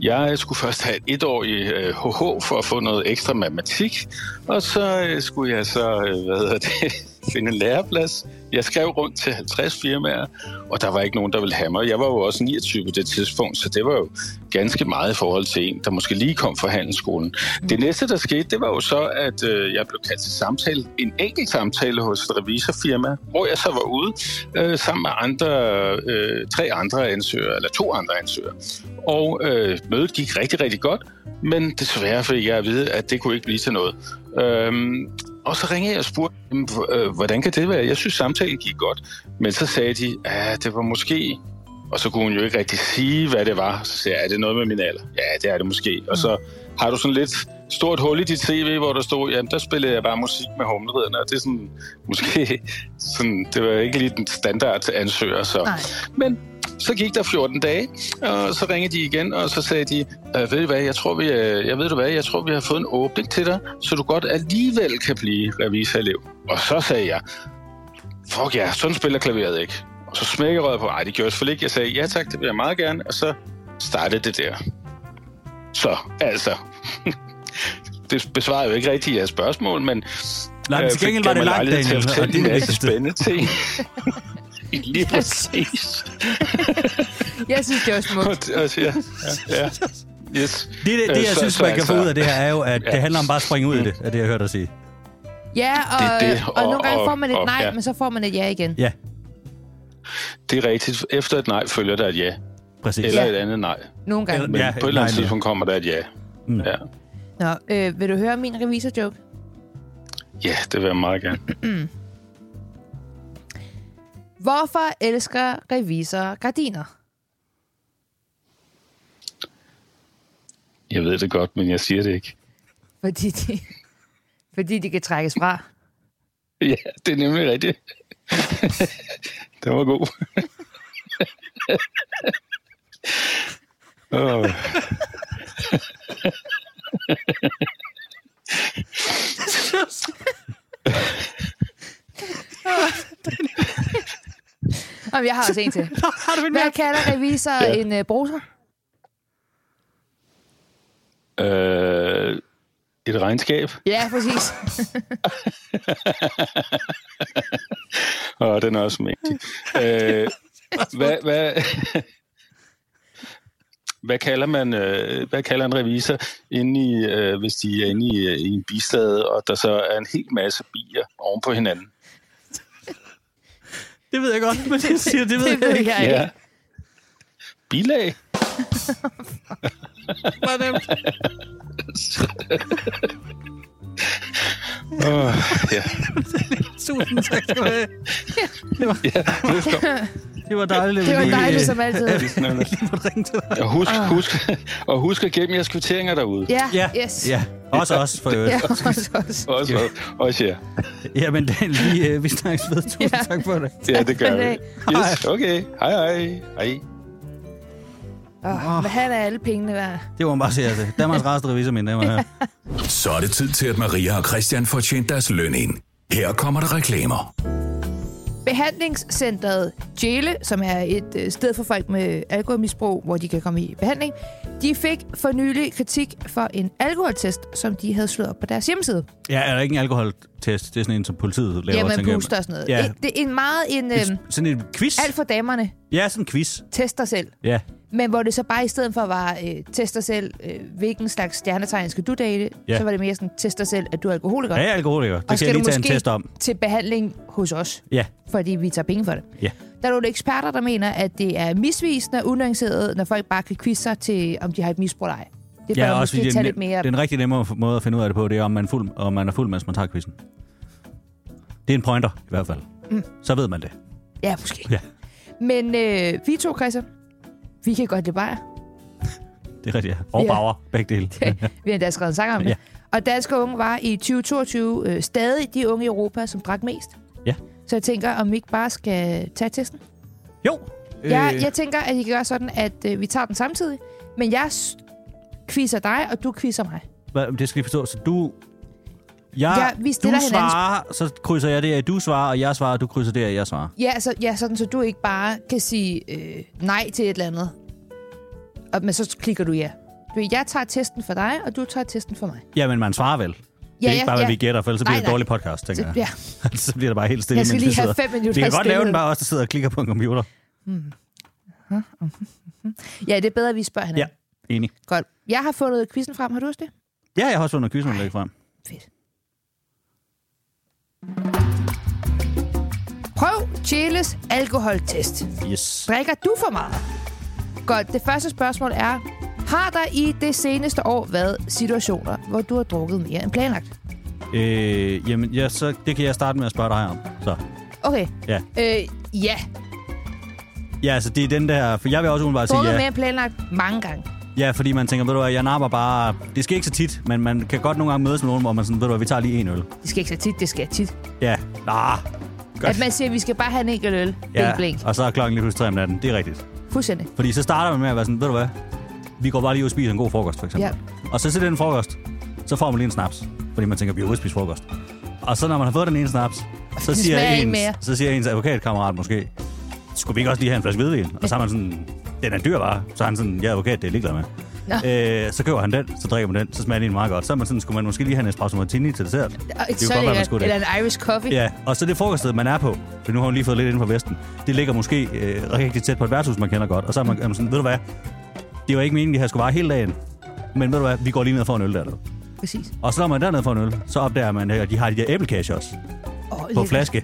jeg skulle først have et år i øh, HH for at få noget ekstra matematik, og så øh, skulle jeg så, øh, hvad hedder det, <laughs> finde en læreplads. Jeg skrev rundt til 50 firmaer, og der var ikke nogen, der ville have mig. Jeg var jo også 29 på det tidspunkt, så det var jo ganske meget i forhold til en, der måske lige kom fra handelsskolen. Mm. Det næste, der skete, det var jo så, at øh, jeg blev kaldt til samtale, en enkelt samtale hos et revisorfirma, hvor jeg så var ude øh, sammen med andre, øh, tre andre ansøgere, eller to andre ansøgere. Og øh, mødet gik rigtig, rigtig godt, men desværre fik jeg at vide, at det kunne ikke blive til noget. Øhm, og så ringede jeg og spurgte, dem, "H- øh, hvordan kan det være? Jeg synes, samtalen gik godt. Men så sagde de, at det var måske... Og så kunne hun jo ikke rigtig sige, hvad det var. Så sagde jeg, er det noget med min alder? Ja, det er det måske. Og så har du sådan lidt stort hul i dit CV, hvor der stod, jamen der spillede jeg bare musik med humleriderne, og det er sådan, <laughs> måske, sådan, det var ikke lige den standard ansøger, så. Nej. Men så gik der 14 dage, og så ringede de igen, og så sagde de, "Øh, ved du hvad, jeg tror, vi, øh, jeg ved du hvad, jeg tror, vi har fået en åbning til dig, så du godt alligevel kan blive revisorelev. Og så sagde jeg, fuck ja, sådan spiller klaveret ikke. Og så smækker røret på, ej, det gjorde jeg selvfølgelig ikke. Jeg sagde, ja tak, det vil jeg meget gerne, og så startede det der. Så, altså, <laughs> det besvarer jo ikke rigtigt jeres spørgsmål, men øh, Nej, men til fik- gengæld gav var det mig langt, lejlighed til Daniel, og at fortælle det er det en masse vigtigste. spændende <laughs> ting. Lige præcis. <laughs> Jeg synes, det var smukt. Og- og- ja, ja, ja. Yes. Det, det, det Øh, jeg så- synes, så man kan altså- få ud af det her, er jo, at Ja. det handler om bare at springe ud i det, er det, jeg hørte dig sige. Ja, Det og, er det, det, og, og og- nogle gange og- får man et og- nej, ja. men så får man et ja igen. Ja, Det er rigtigt. Efter et nej følger der et ja. præcis. Eller Ja. et andet nej. Nogle gange. Men Ja, ja, et på et eller nej andet mere. tidspunkt kommer der et ja. Mm. Mm. ja. Nå, øh, vil du høre min revisorjoke? Ja, det vil jeg meget gerne. Hvorfor elsker revisorer gardiner? Jeg ved det godt, men jeg siger det ikke. <laughs> Fordi de, fordi de kan trækkes fra. Ja, det er nemlig rigtigt. <laughs> det var god. <laughs> oh. Jamen, jeg har også en <laughs> til. Har du en Hvad kalder revisor ja. en uh, bruser? øh, et regnskab. Ja, præcis. Åh, oh, den er også mægtig. Øh, hvad, hvad, <laughs> hvad, kalder man, øh, hvad kalder en revisor, inde i, øh, hvis de er inde i, øh, i en bistade, og der så er en hel masse bier oven på hinanden? Det ved jeg godt, men jeg siger, det ved det ved jeg ikke. Ja. Bilag? Hvor nemt. Oh, ja. Tusind tak skal du have. Velkommen. Det var dejligt. Det var Louise. dejligt som altid. Jeg måtte ringe til dig. Og husk, husk, og husk at gemme jeres kvitteringer derude. Ja, Ja, yes. ja. Også os for øvrigt. ja også, også. Også, også ja. Jamen, Daniel, vi, øh, vi snakkes ved. Tusind Ja. tak for det. Ja, det for gør i vi. dag. Yes, okay. Hej, hej. Hej. Oh, men han er alle pengene værd. Det var man bare sige altså. Danmarks rareste revisor, mine damer og herrer. Så er det tid til, at Maria og Christian får tjent deres løn ind. Her kommer der reklamer. Behandlingscentret Jæle, som er et øh, sted for folk med alkoholmisbrug, hvor de kan komme i behandling, de fik for nylig kritik for en alkoholtest, som de havde slået op på deres hjemmeside. Ja, er der ikke en alkoholtest? Det er sådan en, som politiet laver. Ja, tænker man jeg. booster og sådan noget. Ja. Ja. Det er en meget en... Øhm, Øhm, sådan en quiz? alt for damerne. Ja, sådan en quiz. Test dig selv. Ja. Men hvor det så bare i stedet for var øh, test dig selv, øh, hvilken slags stjernetegn skal du date, Ja. ja. så var det mere sådan, test dig selv, at du er alkoholiker. Ja, jeg er alkoholiker. Det skal og skal jeg du lige tage måske en test om. til behandling hos os, Ja, fordi vi tager penge for det. ja. Der er nogle eksperter, der mener, at det er misvisende og unuanceret, når folk bare kan quizze sig til, om de har et misbrug eller ej. Det bør Ja, ja, også måske fordi tage lidt det, er mere... en- det er en rigtig nemmere f- måde at finde ud af det på, det er, om man er fuld, om man er fuld mens man tager quizzen. Det er en pointer, i hvert fald. Mm. Så ved man det. Ja, måske. Ja. Men øh, vi to, Christian, vi kan godt lide bajer. Det er rigtigt, ja. Og <laughs> Ja. bager, begge <laughs> dele. vi har endda skrevet en sang om det. Ja. Og danske unge var i 2022 øh, stadig de unge i Europa, som drak mest. Ja. Så jeg tænker, om vi ikke bare skal tage testen. Jo. Øh. Jeg, jeg tænker, at I kan gøre sådan, at øh, vi tager den samtidig. Men jeg s- quizzer dig, og du quizzer mig. Hva, det skal jeg forstå. Så du... Jeg, Ja, vi du stiller hinanden- svarer, så krydser jeg det, at du svarer, og jeg svarer, og du krydser det, at jeg svarer. Ja, så, ja sådan, så du ikke bare kan sige øh, nej til et eller andet. Og, men så klikker du ja. Du, ved, jeg tager testen for dig, og du tager testen for mig. Jamen, man svarer vel. det er ikke bare, hvad vi gætter, for ellers så bliver Nej, det nej. en dårlig podcast, tænker Så, jeg. <laughs> ja. så bliver der bare helt stille. Jeg skal mens lige vi have sidder. fem minutter Vi kan af godt lave den stillhed. bare os, der sidder og klikker på en computer. ja, det er bedre, at vi spørger hinanden. Ja, enig. Ja. Godt. Jeg har fundet quizzen frem. Har du også det? Ja, jeg har også fundet kysenunderlæg frem. Fedt. Prøv Chiles alkoholtest. Yes. Drikker du for meget? Godt, det første spørgsmål er, har der i det seneste år været situationer, hvor du har drukket mere end planlagt? Øh, jamen, ja, så det kan jeg starte med at spørge dig om. Så. Okay. Ja. Altså, Øh, ja. ja, altså det er den der... For jeg vil også umiddelbart sige Drukket ja. mere ja. end planlagt mange gange. Ja, fordi man tænker, ved du hvad, jeg napper bare... Det sker ikke så tit, men man kan godt nogle gange mødes med nogen, hvor man sådan, ved du hvad, vi tager lige en øl. Det skal ikke så tit, det skal tit. Ja, nah, Godt. At man siger, at vi skal bare have en enkelt øl. Ja. ja. Blink, blink. Og så er klokken lige pludselig tre om natten. Det er rigtigt. Fuldstændig. Fordi så starter man med at være sådan, ved du hvad, vi går bare lige ud og spiser en god frokost, for eksempel. Ja. Og så til den frokost, så får man lige en snaps, fordi man tænker, vi er ude at spise frokost. Og så når man har fået den ene snaps, så Det siger, smager ikke ens, mere. så siger ens advokatkammerat måske, skulle vi ikke også lige have en flaske hvidvin? Og så er man sådan, den er dyr bare. Så er han sådan, jeg er advokat, det er jeg ligeglad med. Nå. Øh, så køber han den, så drikker man den, så smager den egentlig meget godt. Så er man sådan, skulle man måske lige have en espresso martini til dessert? Det kunne Og godt så være, man lækkert. skulle det. Eller en Irish coffee. Ja, og så det frokoststed, man er på, for nu har hun lige fået lidt inden for Vesten, det ligger måske øh, rigtig tæt på et værtshus, man kender godt. Og så er man, er man sådan, ved du hvad, det var ikke meningen, at jeg skulle være hele dagen, men ved du hvad, vi går lige ned for en øl dernede. Præcis. Og så når man er dernede for en øl, så opdager man, at de har de der æblekage også Oh, på flaske,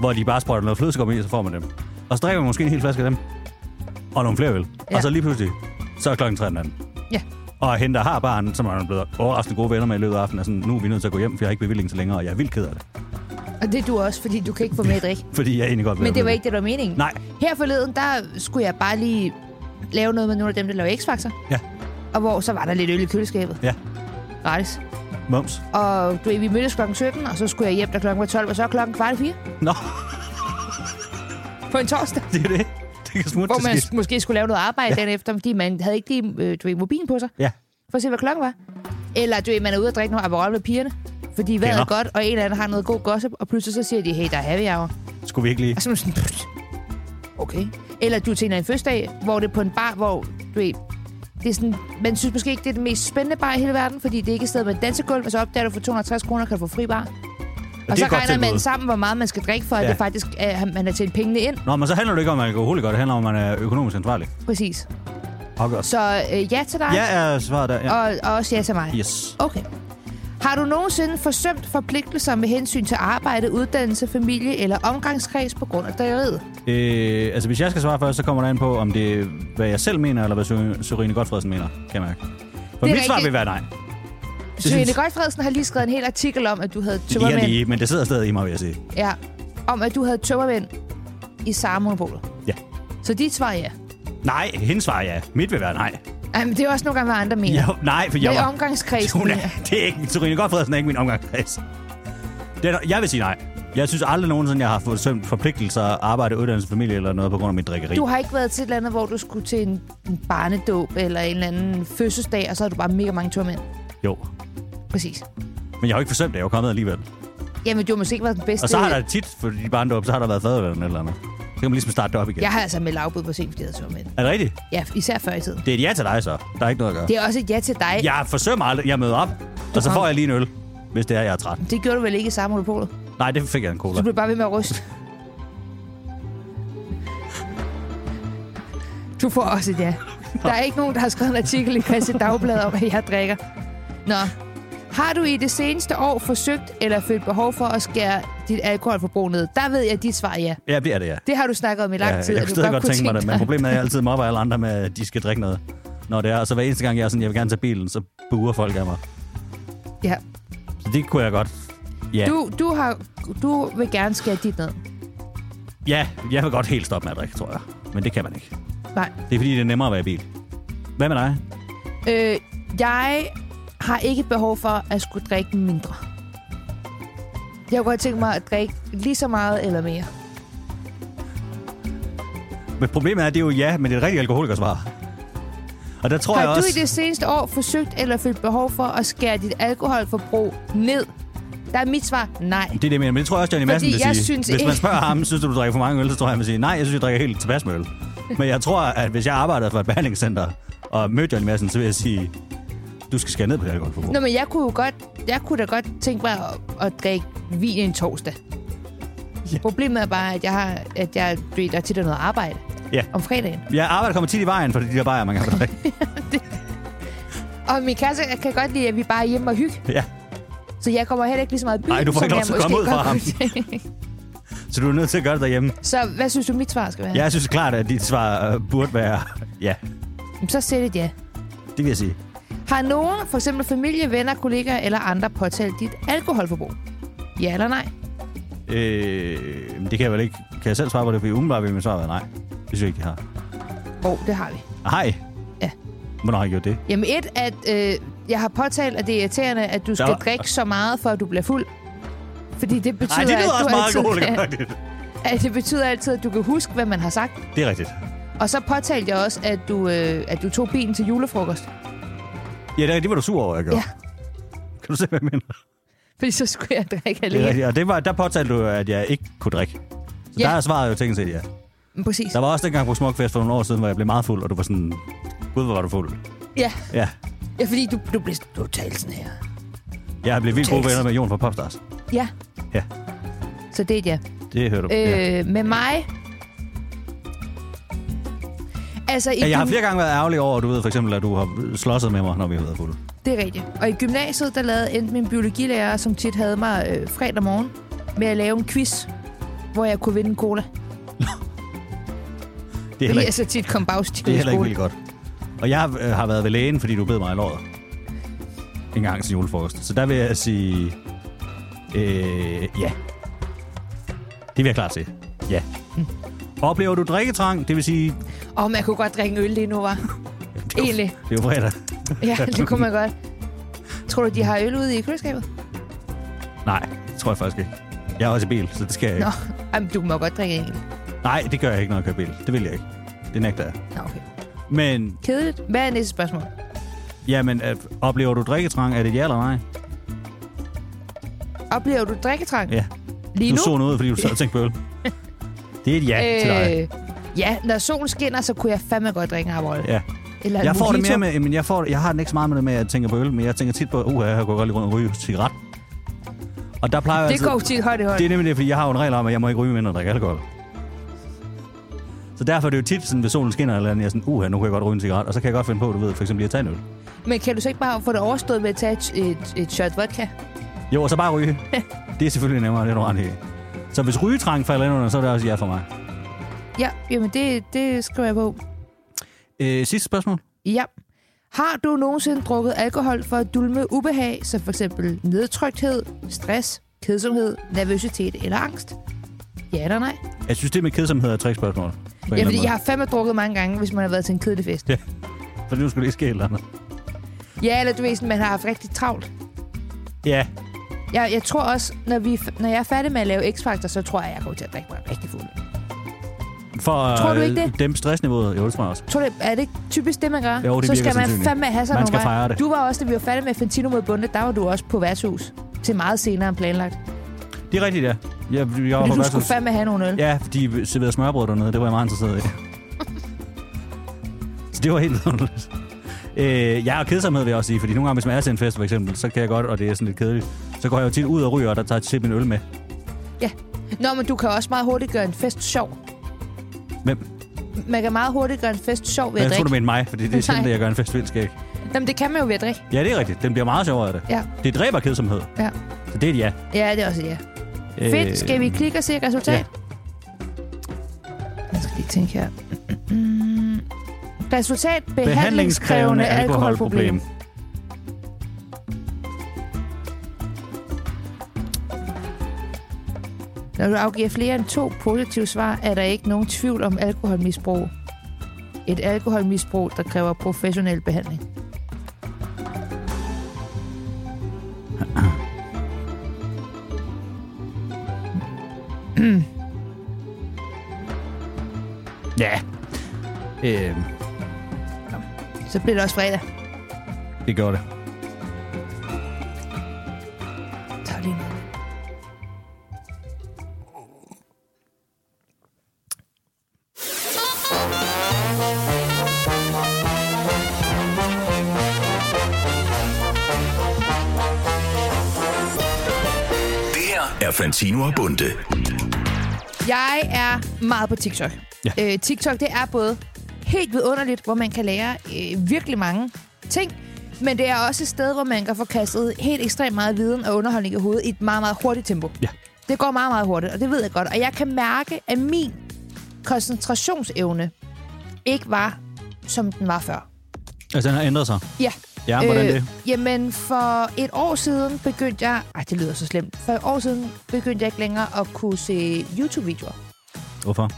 hvor de bare sprøjter noget flødeskum i, og så får man dem. Og så drikker man måske en hel flaske af dem, og nogle flere øl. Ja. Ja. Og så lige pludselig, så er klokken 3 om natten. Ja. Og hende, der har barn, som er blevet overraskende gode venner med i løbet af aftenen, er sådan, nu er vi nødt til at gå hjem, for jeg har ikke bevilling til længere, og jeg er vildt ked af det. Og det er du også, fordi du kan ikke få med at drikke. Fordi jeg egentlig godt vil Men have det var bevilling. ikke det, der var meningen. Nej. Her forleden, der skulle jeg bare lige lave noget med nogle af dem, der laver X-Factor. Ja. og hvor så var der lidt øl i køleskabet. Ja. Gratis. Mums. Og du ved, vi mødtes klokken 17, og så skulle jeg hjem, da klokken var 12, og så er klokken kvart i fire Nå, <laughs> på en torsdag. det er det. Det kan smutte Hvor til man skidt. måske skulle lave noget arbejde ja. dagen efter, fordi man havde ikke lige øh, du ved, mobilen på sig, Ja, for at se, hvad klokken var. Eller du ved, man er ude og drikke noget Aperol med pigerne, fordi vejret er Kender. godt, og en eller anden har noget god gossip, og pludselig så siger de, hey, der er happy hour. skulle vi ikke lige... Og så er man sådan, "Pff, okay. Eller du er til en eller anden fødselsdag, hvor det er på en bar, hvor du ved, det er sådan, man synes måske ikke, det er den mest spændende bar i hele verden, fordi det er ikke et sted med et dansegulv, og så opdager du for 260 kroner, kan du få fri bar. Og, det så er et godt regner man tilbud. sammen, hvor meget man skal drikke, for at Ja. det faktisk er, man har tjent pengene ind. Nå, men så handler det ikke om alkoholiker, det handler om, at man er økonomisk ansvarlig. Præcis. Afgørs. Så øh, ja til dig, Ja, er svaret der. Ja. og, og også ja til mig. Yes. Okay. Har du nogensinde forsømt forpligtelser med hensyn til arbejde, uddannelse, familie eller omgangskreds på grund af drilleriet? Øh, altså, hvis jeg skal svare først, så kommer det an på, om det er, hvad jeg selv mener, eller hvad Sørine- Sørine Godfredsen mener, kan jeg mærke. For Det er mit svar rigtigt. vil være nej. Det Søren synes- Godfredsen har lige skrevet en hel artikel om, at du havde Lige og tømmermænd. lige, men det sidder stadig i mig, vil jeg sige. Ja, om at du havde tømmermænd i samme monopol. Ja. Så dit svar er ja. Nej, hendes svar er ja. Mit vil være nej. Ej, men det er også nogle gange, hvad andre mener. Ja. Jo, nej, for jeg Med var... omgangskredsen. Hun er, <laughs> det er ikke, Torine Godfredsen er ikke min omgangskreds. Det er, jeg vil sige nej. Jeg synes aldrig nogensinde, jeg har fået sømt forpligtelser, arbejde, uddannelse, familie eller noget på grund af mit drikkeri. Du har ikke været til et eller andet, hvor du skulle til en, en barnedåb eller en eller anden fødselsdag, og så havde du bare mega mange tømmermænd. Jo, Præcis. men jeg har jo ikke forsømt det. Jeg er jo kommet alligevel. Jamen, du har måske ikke været den bedste... Og så har der tit, for de barndom, så har der været fadervælden eller noget. Så kan man ligesom starte det op igen. Jeg har altså meldt afbud på sent, fordi jeg havde tømmermænd. Er det rigtigt? Ja, især før i tiden. Det er et ja til dig, så. Der er ikke noget at gøre. Det er også et ja til dig. Jeg forsømmer aldrig. Jeg møder op, og så kom. får jeg lige en øl, hvis det er, jeg er træt. Det gjorde du vel ikke i samme monopolet? Nej, det fik jeg en cola. Du blev bare ved med at ryste. Du får også et ja. Der er ikke nogen, der har skrevet en artikel i Christian Dagblad om, at jeg drikker. Nå. Har du i det seneste år forsøgt eller følt behov for at skære dit alkoholforbrug ned? Der ved jeg, at dit svar er ja. Ja, det er det, ja. Det har du snakket om i lang ja tid. jeg at kunne du stadig godt tænke mig det, men dig- problemet er, at jeg altid mobber alle andre med, at de skal drikke noget. Når det er, og så hver eneste gang, jeg er sådan, jeg vil gerne tage bilen, så buer folk af mig. Ja. Så det kunne jeg godt. Ja, Du, du, har, du vil gerne skære dit ned. ja jeg vil godt helt stoppe med at drikke, tror jeg. Men det kan man ikke. Nej. Det er fordi, det er nemmere at være i bil. Hvad med dig? Øh, jeg har ikke behov for at skulle drikke mindre. Jeg kunne godt tænke mig at drikke lige så meget eller mere. Men problemet er, at det er jo ja, men det er et rigtigt alkoholikersvar. Og der tror jeg Har du også... i det seneste år forsøgt eller følt behov for at skære dit alkoholforbrug ned? Der er mit svar nej. Det er det, jeg mener. Men det tror jeg også, Johnny Madsen Fordi vil jeg sige. synes hvis man ikke- spørger ham, synes du, du drikker for mange øl, så tror jeg, han vil sige, nej, jeg synes, jeg drikker helt tilpas med øl. Men jeg tror, at hvis jeg arbejdede for et behandlingscenter og mødte Johnny Madsen, så vil jeg sige, du skal skære ned på det alkoholforbrug. Nå, men jeg kunne jo godt, jeg kunne da godt tænke mig at, at drikke vin en torsdag. Ja. Ja. Problemet er bare, at jeg, har, at jeg du ved, der er tit er noget arbejde Ja. om fredagen. Jeg arbejder kommer tit i vejen for de der bajer, man kan drikke. Og min kasse kan godt lide, at vi bare er hjemme og hygge. <laughs> ja. Så jeg kommer heller ikke lige så meget i byen, Ej, du får som ikke lov jeg til at måske komme ud fra godt kunne tænke. Så du er nødt til at gøre det derhjemme. Så hvad synes du, mit svar skal være? Jeg synes klart, at dit svar øh, burde være ja. Jamen, Så sæt et ja. Det vil jeg sige. Har nogen, for eksempel familie, venner, kollegaer eller andre, påtalt dit alkoholforbrug? Ja eller nej? Øh, men det kan jeg vel ikke. Kan jeg selv svare på det? Fordi umiddelbart vil min svar være nej. Det synes jeg ikke, de har. Åh, oh, det har vi. Hej. Ja. Hvornår har jeg gjort det? Jamen et, at øh, jeg har påtalt, at det er irriterende, at du skal var- drikke så meget, for at du bliver fuld. Fordi det betyder, Nej, det lyder at, også meget du altid <laughs> kan, alkoholikeragtigt. at det betyder altid, at du kan huske, hvad man har sagt. <laughs> Det er rigtigt. Og så påtalte jeg også, at du, øh, at du tog bilen til julefrokost. Ja, det, er- det var du sur over, jeg gjorde. Ja. Kan du se, hvad jeg mener? Fordi så skulle jeg Det drikke er alene. rigtigt. Og det var, der påtalte du, at jeg ikke kunne drikke. Så ja. Ja. der er svaret jo tænkt set, ja. Men Præcis. Der var også dengang på Smukfest for nogle år siden, hvor jeg blev meget fuld, og du var sådan... Gud, hvor var du fuld. Ja. Ja. ja, fordi du, du blev du talte sådan her. Jeg blev vildt gode Tekst. venner med Jon fra Popstars. Ja. Ja. Så det er et ja. Det hører du. Øh, ja. øh, med mig. Altså, i Ja, Jeg har gym- flere gange været ærgerlig over, du ved for eksempel, at du har slåsset med mig, når vi har været fulde. det er rigtigt. Og i gymnasiet, der lavede enten min biologilærer, som tit havde mig øh, fredag morgen, med at lave en quiz, hvor jeg kunne vinde en cola. Det er heller ikke, Fordi jeg så tit kom det er bagstikket i heller ikke skole. vildt godt. Og jeg øh, har været ved lægen, fordi du bed mig i låret. En gang til julefrokost. Så der vil jeg sige... Øh, ja. Det vil jeg klart se. Ja. Oplever du drikketrang? Det vil sige... <laughs> Åh, oh, man kunne godt drikke en øl lige nu, var. Det er jo- Egentlig. Det er jo fredag. Ja, det kunne man godt. Tror du, de har øl ude i køleskabet? Nej, det tror jeg faktisk ikke. Jeg er også i bil, så det skal jeg ikke. Nå, Jamen, du må godt drikke en. Nej, det gør jeg ikke, når jeg kører bil. Det vil jeg ikke. Det nægter jeg. Nå, okay. Men, Kedeligt. Hvad er næste spørgsmål? jamen, øh, oplever du drikketrang? Er det et ja eller nej? Oplever du drikketrang? Ja. Lige Du nu? så noget, fordi du sad og tænkte på øl. Det er et ja øh... til dig. ja, når solen skinner, så kunne jeg fandme godt drikke en Aperol. Ja. Eller en Jeg får det mojito. mere med, men jeg, får, jeg har den ikke så meget med det med, at jeg tænker på øl, men jeg tænker tit på, uh, jeg går godt lige rundt og ryge cigaret. Og der plejer jeg Det altid, går jo tit hånd i hånd. det er nemlig det, fordi jeg har jo en regel om, at jeg må ikke ryge, mindre jeg drikker alkohol. Så derfor er det jo tit, sådan, hvis solen skinner, eller andet, jeg er sådan, uha, nu kan jeg godt ryge en cigaret, og så kan jeg godt finde på, du ved, for eksempel lige at tage en øl. Men kan du så ikke bare få det overstået med at tage et, et, et shot vodka? Jo, og så bare <laughs> ryge. det er selvfølgelig nemmere, det er du ret i. Så hvis rygetrang falder ind under, så er det også ja for mig. Ja, jamen det, det skriver jeg på. Øh, sidste spørgsmål. Ja. Har du nogensinde drukket alkohol for at dulme ubehag, som f.eks. nedtrykthed, stress, kedsomhed, nervøsitet eller angst? Ja eller nej? Jeg synes, det med kedsomhed er et trickspørgsmål. på en eller Ja, anden fordi måde. jeg har fandme drukket mange gange, hvis man har været til en kedelig fest. Ja. For nu skulle det ikke ske et eller andet. Ja, eller du ved, sådan, man har haft rigtig travlt. Ja, Jeg, jeg tror også, når, vi, når jeg er færdig med at lave X-Factor, så tror jeg, jeg går til at drikke mig rigtig fuld. for Tror du øh, ikke det? dæmpe stressniveauet. Jo, det tror jeg også. Tror du, er det ikke typisk det, man gør? Jo, det så virker skal man sandsynligt. fandme have sig Man nogle skal gange. fejre det. Du var også, da vi var færdige med Fantino mod Bunde, der var du også på værtshus til meget senere end planlagt. Det er rigtigt, ja. Jeg, jeg var Fordi på du skulle værtshus. fandme have nogle øl. Ja, de serverede smørbrød dernede. Det var jeg meget interesseret i. så det var helt underligt. Øh, jeg er kedsomhed, vil jeg også sige. Fordi nogle gange, hvis man er til en fest, for eksempel, så kan jeg godt, og det er sådan lidt kedeligt, så går jeg jo tit ud og ryger, og der tager jeg tit min øl med. Ja. Nå, men du kan også meget hurtigt gøre en fest sjov. Hvem? Man kan meget hurtigt gøre en fest sjov ved Jeg, at jeg tror, drikke. du mente mig, fordi det er Nej. sjældent, at jeg gør en fest vild skæg. Jamen, det kan man jo ved at drikke. Ja, det er rigtigt. Den bliver meget sjovere af det. Ja, Det dræber kedsomhed, ja. så det er et ja. Ja, det er også et ja. Øh... Fedt. Skal vi klikke og se resultat? Ja. Jeg skal lige tænke her. Mm. Resultat. Behandlingskrævende alkoholproblem. Når du afgiver flere end to positive svar, er der ikke nogen tvivl om alkoholmisbrug. Et alkoholmisbrug, der kræver professionel behandling. Ja. Øh, Så bliver det også fredag. det gør det. Tag lige noget. Det her er Fantino og Bunde. Jeg er meget på TikTok. Ja. Øh, TikTok, det er både helt vidunderligt, hvor man kan lære øh, virkelig mange ting, men det er også et sted, hvor man kan få kastet helt ekstremt meget viden og underholdning i hovedet i et meget, meget hurtigt tempo. Ja. Det går meget, meget hurtigt, og det ved jeg godt. Og jeg kan mærke, at min koncentrationsevne ikke var, som den var før. Altså, den har ændret sig. Ja. Ja, hvordan Øh, det? Jamen, for et år siden begyndte jeg... Ej, det lyder så slemt. For et år siden begyndte jeg ikke længere at kunne se YouTube-videoer. Hvorfor?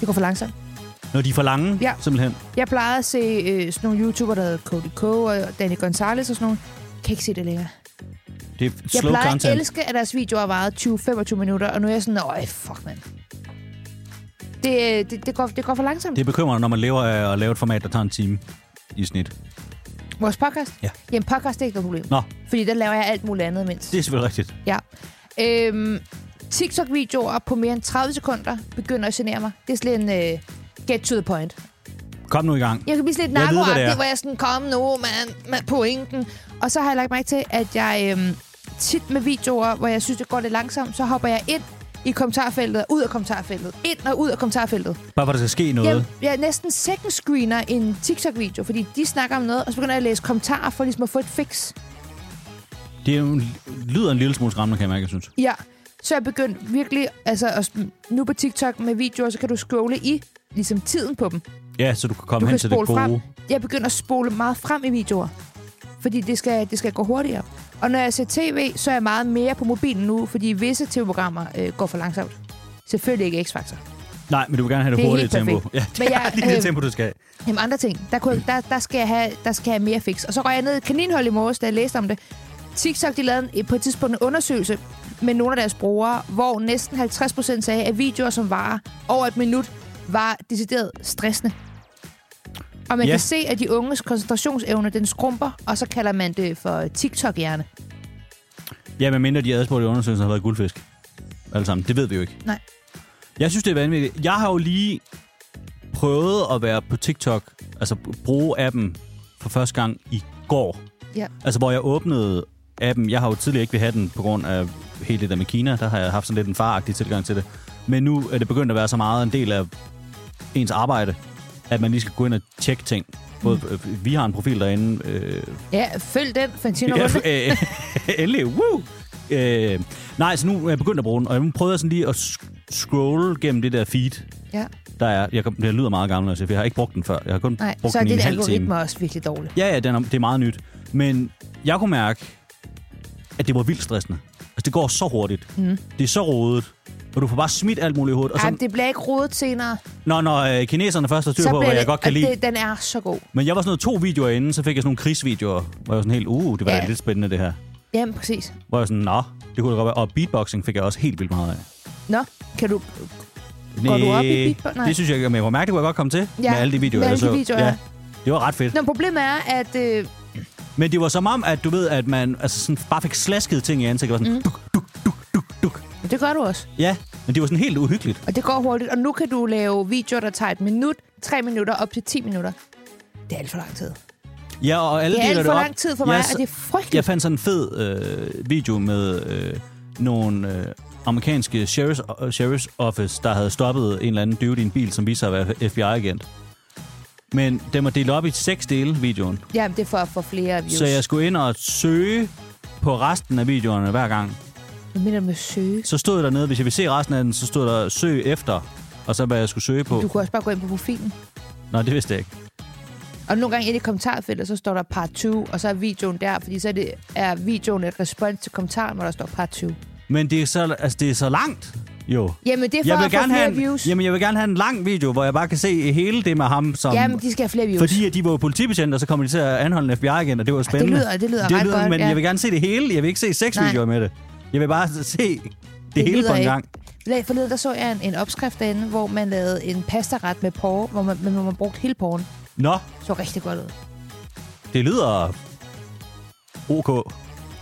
Det går for langsomt. Når de er for lange, Ja. ja. simpelthen. Jeg plejede at se øh, sådan nogle YouTubere, der hedder Cody K og Danny Gonzalez og sådan nogle. Kan ikke se det længere. Det er Jeg slow plejer at content. elske, at deres videoer varede 20-25 minutter, og nu er jeg sådan, øj, fuck, mand. Det, øh, det, det, går, det går for langsomt. Det Det... er bekymrende, når man lever af at lave et format, der tager en time i snit. Vores podcast? Ja. Jamen, podcast det er ikke noget problem. Nå, Fordi der laver jeg alt muligt andet imens. det er selvfølgelig rigtigt. Ja. Øhm, TikTok-videoer på mere end 30 sekunder begynder at genere mig. Det er sådan en øh, get to the point. Kom nu i gang. Jeg kan blive sådan lidt Jeg ved, hvad det narkoagtig, er. hvor jeg er sådan, kom nu, mand, med pointen. Og så har jeg lagt mærke til, at jeg øhm, tit med videoer, hvor jeg synes, det går lidt langsomt, så hopper jeg ind i kommentarfeltet, og ud af kommentarfeltet, ind og ud af kommentarfeltet. Bare for, at der skal ske noget. Jeg, jeg næsten second screener en TikTok-video, fordi de snakker om noget, og så begynder jeg at læse kommentarer for ligesom at få et fix. Det er jo en, lyder en lille smule skræmmende, kan jeg mærke, jeg synes. Ja, så jeg begyndt virkelig, altså og s- nu på TikTok med videoer, så kan du scrolle i ligesom tiden på dem. Ja, så du kan komme Du hen kan til det spole gode. frem. Jeg begynder at spole meget frem i videoer, fordi det skal, det skal gå hurtigere. Og når jeg ser tv, så er jeg meget mere på mobilen nu, fordi visse tv-programmer øh, går for langsomt. Selvfølgelig ikke X-Factor. Nej, men du vil gerne have det, Det er hurtige helt tempo. perfekt. Ja, <laughs> Men det er jeg- lige det øh, tempo, du skal have. Jamen andre ting. Der, kunne, der, der, skal jeg have, der skal jeg have mere fix. Og så røg jeg ned i et kaninhul i morges, da jeg læste om det. TikTok de lavede en, på et tidspunkt en undersøgelse med nogle af deres brugere, hvor næsten 50% sagde, at videoer, som varer over et minut, var decideret stressende. Og Ja. man ja. kan se, at de unges koncentrationsevne, den skrumper, og så kalder man det for TikTok-hjerne. Ja, men mindre de adspurgte i undersøgelsen har været guldfisk. Alle sammen. Det ved vi jo ikke. Nej. Jeg synes, det er vanvittigt. Jeg har jo lige prøvet at være på TikTok, altså bruge appen for første gang i går. Ja. Altså, hvor jeg åbnede appen. Jeg har jo tidligere ikke ville have den på grund af hele det der med Kina. Der har jeg haft sådan lidt en faragtig tilgang til det. Men nu er det begyndt at være så meget en del af ens arbejde, at man lige skal gå ind og tjekke ting. Både, øh, vi har en profil derinde, øh, Ja, følg den, Fantino Ja, <laughs> ja, øh, endelig. Woo! Øh, nej, så nu er jeg begyndt at bruge den, og jeg prøvede sådan lige at sk- scrolle gennem det der feed, ja. der er. Jeg, kom- jeg lyder meget gammel, altså, for jeg har ikke brugt den før. Jeg har kun Nej, brugt så er den i det en halv time. algoritme også virkelig dårligt. Ja, ja, den er, det er meget nyt. Men jeg kunne mærke, at det var vildt stressende. Altså, det går så hurtigt. Mm. Det er så rodet. Og du får bare smidt alt muligt i hovedet. Og Ej, så, men det bliver ikke rodet senere. når, når øh, kineserne først har styr på, bliver hvad jeg det- godt kan og lide. Det, den er så god. Men jeg var sådan noget to videoer inden, så fik jeg sådan nogle krigsvideoer, hvor jeg var sådan helt, uh, det var Ja. ja. lidt spændende det her. Jamen, præcis. Hvor jeg sådan, nå, det kunne da godt være. Og beatboxing fik jeg også helt vildt meget af. Nå, kan du... Går du op i beatbox? Nej. Det synes jeg ikke, men jeg kunne mærke, det kunne jeg godt komme til. Ja, med alle de videoer, med alle jeg de så. videoer, ja. ja. Det var ret fedt. Nå, men problemet er, at... Øh, Men det var som om, at du ved, at man altså sådan, bare fik slasket ting i ansigtet. Det var sådan, Mhm. mm. duk, duk, duk, duk, duk. det gør du også. Ja, men det var sådan helt uhyggeligt. Og det går hurtigt. Og nu kan du lave videoer, der tager et minut, tre minutter, op til 10 minutter. Det er alt for lang tid. Ja, og alle Det er deler alt for op. lang tid for mig, jeg, og det er Jeg frygteligt. fandt sådan en fed øh, video med øh, nogle øh, amerikanske sheriff's, uh, sheriff's office, der havde stoppet en eller anden dude i en bil, som viser sig at være FBI-agent. Men den var delt op i seks dele, videoen. Jamen, det er for at få flere views. Så jeg skulle ind og søge på resten af videoerne hver gang. Hvad mener du med søge? Så stod der nede, hvis jeg ville se resten af den, så stod der søg efter, og så hvad jeg skulle søge på. Du kunne også bare gå ind på profilen. Nå, det vidste jeg ikke. Og nogle gange inde i kommentarfeltet, så står der part 2, og så er videoen der, fordi så er, det, er videoen et respons til kommentaren, hvor der står part 2. Men det er så, altså, det er så langt, jo. Jamen, det er for Jeg at vil, få gerne flere have en, views. jamen, jeg vil gerne have en lang video, hvor jeg bare kan se hele det med ham, som... Jamen, de skal have flere views. Fordi at de var jo politibetjente, og så kom de til at anholde en FBI igen, og det var spændende. lyder- det lyder det ret godt, Men ja. jeg vil gerne se det hele. Jeg vil ikke se seks Nej. videoer med det. Jeg vil bare se det, det hele lyder på en ikke. gang. Lag- Forleden der så jeg en, en opskrift derinde, hvor man lavede en pastaret med porre, hvor man, men hvor man brugte hele porren. Nå, Så rigtig godt ud. det lyder ok.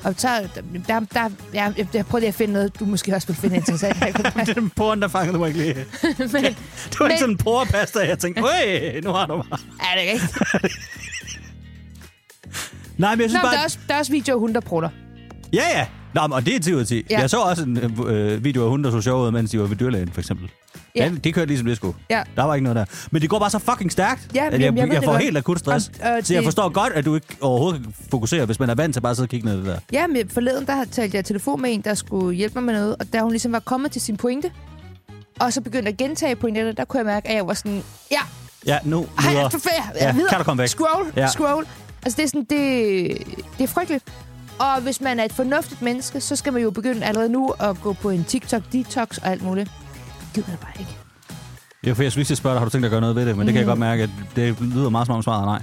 Og så, der, der, jeg, jeg, jeg prøver lige at finde noget, du måske også vil <laughs> finde interessant. det er den porn, der fangede mig ikke lige. <laughs> men, Det var ikke Men- sådan en porpasta, jeg tænkte, øj, nu har du mig. er det rigtigt? Nej, men jeg Nå, synes men der, bare... er også, der er også videoer af hunde, der prutter. Ja, ja. Nå, men, og det er 10 ud af 10. Ja. Jeg så også en øh, video af hunde, der så sjov ud, mens de var ved dyrlægen, for eksempel. Ja. Ja. det kørte ligesom det skulle. Ja. Der var ikke noget der. Men det går bare så fucking stærkt, Ja, at jamen, jeg, jeg ved jeg, jeg det får godt. helt akut stress. Jamen, øh, så jeg det- forstår godt, at du ikke overhovedet kan fokusere, hvis man er vant til bare at sidde og kigge ned i det der. Ja, men forleden der talte jeg i telefon med en, der skulle hjælpe mig med noget, og da hun ligesom var kommet til sin pointe, og så begyndte at gentage pointerne, der kunne jeg mærke, at jeg var sådan, ja, Ja, nu Ej, videre. er for færd. Ja, kan du komme væk? Scroll, Ja. ja. scroll. Altså, det er sådan, det, det er frygteligt. Og hvis man er et fornuftigt menneske, så skal man jo begynde allerede nu at gå på en TikTok-detox og alt muligt. Det gider jeg bare ikke. Ja, for jeg skulle lige til at spørge dig, har du tænkt dig at gøre noget ved det? Men det Mm. kan jeg godt mærke, at det lyder meget som om svaret er nej.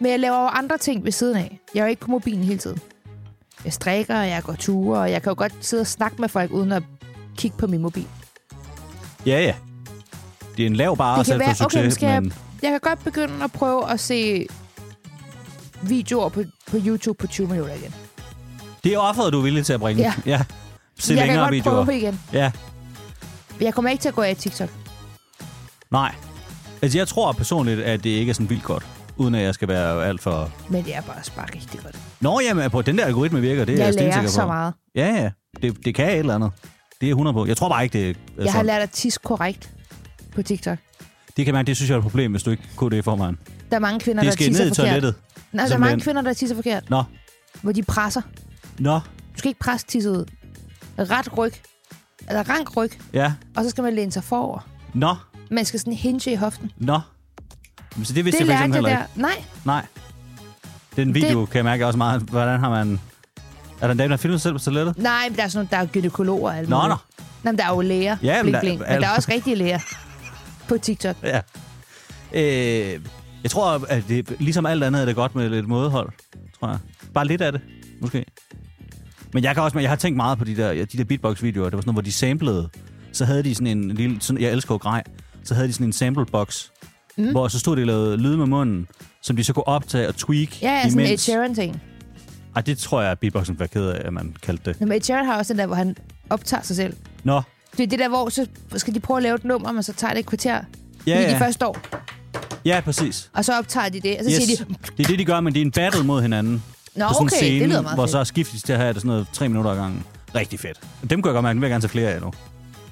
Men jeg laver jo andre ting ved siden af. Jeg er jo ikke på mobilen hele tiden. Jeg strækker, og jeg går ture, og jeg kan jo godt sidde og snakke med folk, uden at kigge på min mobil. Ja, ja. Det er en lav bare Det at kan sætte for være, okay, men succes, skal jeg, Ah, men... jeg kan godt begynde at prøve at se videoer på, på YouTube på 20 minutter igen. Det er offeret, du er villig til at bringe. Ja. ja. Se jeg kan længere godt videoer. prøve igen. Ja, Jeg kommer ikke til at gå af TikTok. nej. Altså, jeg tror personligt, at det ikke er sådan vildt godt, uden at jeg skal være alt for... Men det er bare også bare rigtig godt. Nå, jamen, på den der algoritme virker, det er jeg jeg stensikker lærer på. så meget. Ja, ja. Det, det kan et eller andet. Det er 100 på. Jeg tror bare ikke, det er Jeg har sådan. lært at tisse korrekt på TikTok. Det kan man, det synes jeg er et problem, hvis du ikke kunne det i forvejen. Der er mange kvinder, det der skal tisser ned i forkert. toilettet. Nej, der er simpelthen. mange kvinder, der tisser forkert, Nå, hvor de presser. nå, Du skal ikke presse tisset ud. Ret ryg, eller rank ryg, ja, og så skal man læne sig forover. nå, Man skal sådan hinge i hoften. nå. Så det vidste det jeg for lærte eksempel jeg heller der. ikke. Nej, Nej. Den video det... kan jeg mærke også meget, hvordan har man... Er der en dame, der har filmet sig selv på toilettet? nej, men der er sådan nogle, der er gynekologer og alt Nå, muligt. nå. Nå, men der er jo læger. Ja, men blink, der- altså- blink. men al- der er også rigtige læger. på TikTok. Ja. Øh, jeg tror, at det, ligesom alt andet er det godt med lidt modhold, tror jeg. Bare lidt af det, måske. Men jeg, kan også, jeg har tænkt meget på de der, de der beatbox-videoer. Det var sådan noget, hvor de samplede. Så havde de sådan en lille... Sådan, jeg elsker jo grej. Så havde de sådan en sample-box, Mhm. mm. hvor så stod det lavet lyde med munden, som de så kunne optage og tweak Ja, ja, sådan en Ed imens. Sheeran-ting. Ej, det tror jeg, at beatboxen var ked af, at man kaldte det. Nå, men Ed Sheeran har også den der, hvor han optager sig selv. Nå, Det er det der, hvor så skal de prøve at lave et nummer, men så tager det et kvarter ja, i de ja. første år. ja præcis. Og så optager de det, og så yes. Yes. siger de... Det er det, de gør, men det er en battle mod hinanden. Nå, på sådan en okay, scene, det lyder meget Hvor fedt. så skiftes til at have det sådan noget tre minutter ad gangen. Rigtig fedt. Dem kunne jeg godt mærke, dem vil jeg gerne se flere af nu. Altså,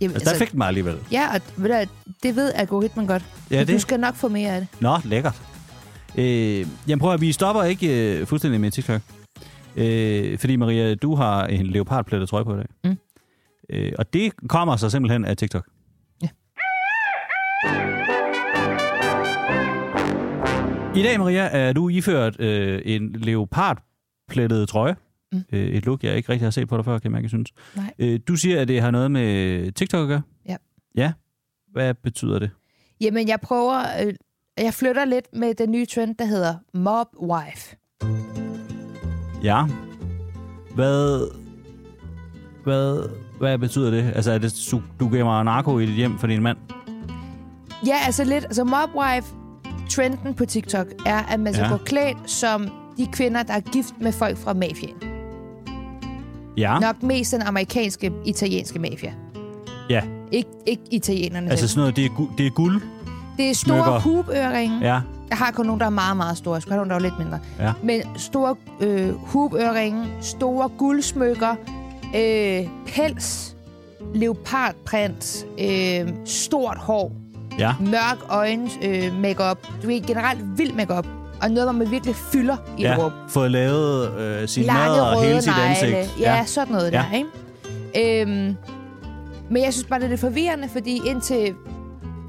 Jamen, altså, der fik den mig alligevel. Ja, og ved du, hvad, det ved algoritmen godt. Ja, Men Du det- skal nok få mere af det. Nå, lækkert. Øh, jamen prøv at vi stopper ikke øh, fuldstændig med TikTok. Øh, fordi Maria, du har en leopardplettet trøje på i dag. Mm. Øh, og det kommer så simpelthen af TikTok. Ja. I dag, Maria, er du iført øh, en leopardplettet trøje. Mm. Mm. Øh, et look, jeg ikke rigtig har set på dig før, kan jeg mærke, jeg synes. Nej. Øh, du siger, at det har noget med TikTok at gøre. Ja. Ja. Hvad betyder det? Jamen, jeg prøver... Øh, jeg flytter lidt med den nye trend, der hedder Mob Wife. Ja. Hvad... Hvad, hvad betyder det? Altså, er det, su- du gemmer narko i dit hjem for din mand? Ja, altså lidt... Altså, Mob Wife, trenden på TikTok, er, at man skal Ja. gå klædt som de kvinder, der er gift med folk fra mafiaen. Ja. Nok mest den amerikanske, italienske mafia. Ja. Ikke, ikke italienerne Altså altså, sådan noget, det er, gu- det er guld. Det er store smykker. hoopøringe. Ja. Ja. Jeg har kun nogle, der er meget, meget store. Jeg skal have nogle, der er lidt mindre. Ja. Men store øh, hoopøringe, store guldsmykker, øh, pels, leopardprint, øh, stort hår, Ja. mørk øjne, øh, makeup. Du er generelt vild makeup og noget, hvor man virkelig fylder i ja. et rum. ja. Fået lavet øh, sin Lange mad og hele røde sit negle. ansigt. Ja, ja, sådan noget ja. Ja. der, ikke? Øhm, men jeg synes bare, det er lidt forvirrende, fordi indtil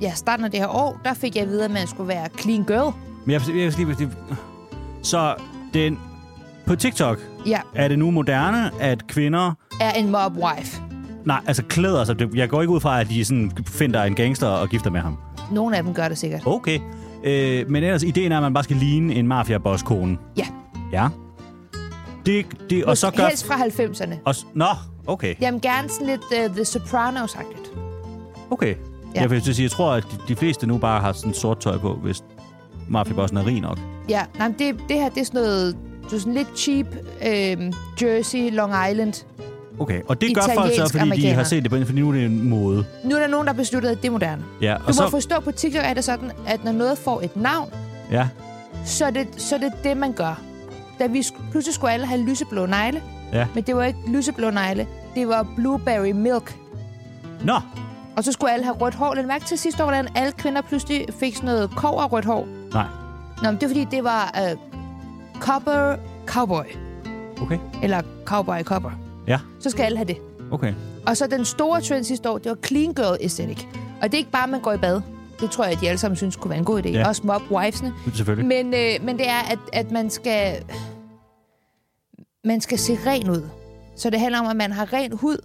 ja, starten af det her år, der fik jeg at vide, at man skulle være clean girl. Men jeg, jeg, jeg, jeg, jeg, så den, på TikTok Ja, er det nu moderne, at kvinder... er en mob wife. Nej, altså klæder sig. Det- Jeg går ikke ud fra, at de sådan finder en gangster og gifter med ham. Nogle af dem gør det sikkert. Okay. Øh, men ellers, ideen er, at man bare skal ligne en mafia-boss-kone. Ja. Ja. Det, det, og så gør... Helst fra 90'erne. Og, s- nå, okay. Jamen gerne sådan lidt uh, The Sopranos-agtigt. Okay. Ja. Ja. Jeg, vil sige, jeg tror, at de, de fleste nu bare har sådan sort tøj på, hvis mafiabossen er rig nok. Ja, nej, men det, det her, det er sådan noget... Det er sådan lidt cheap øh, Jersey, Long Island. Okay, og det gør folk så, fordi de Italiensk-amerikaner. har set det, på- fordi nu er det en mode. Nu er der nogen, der har besluttet, at det er moderne. Ja, Du og så... må så... forstå, på TikTok er det sådan, at når noget får et navn, Ja, så er det så er det, det, man gør. Da vi sk- pludselig skulle alle have lyseblå negle, ja. men det var ikke lyseblå negle, det var blueberry milk. Nå, Og så skulle alle have rødt hår. Lad mærke til sidste år, hvordan alle kvinder pludselig fik sådan noget kover rødt hår. nej. Nå, men det er fordi, det var øh, copper cowboy. Okay, Eller cowboy copper. ja, Så skal alle have det. okay. Og så den store trend sidste år, det var clean girl aesthetic. Og det er ikke bare, at man går i bad. Det tror jeg, at de alle sammen synes kunne være en god idé. Ja. Ja. Også mob wivesene. Selvfølgelig. Men, øh, men det er, at, at man skal... Man skal se ren ud. Så det handler om, at man har ren hud,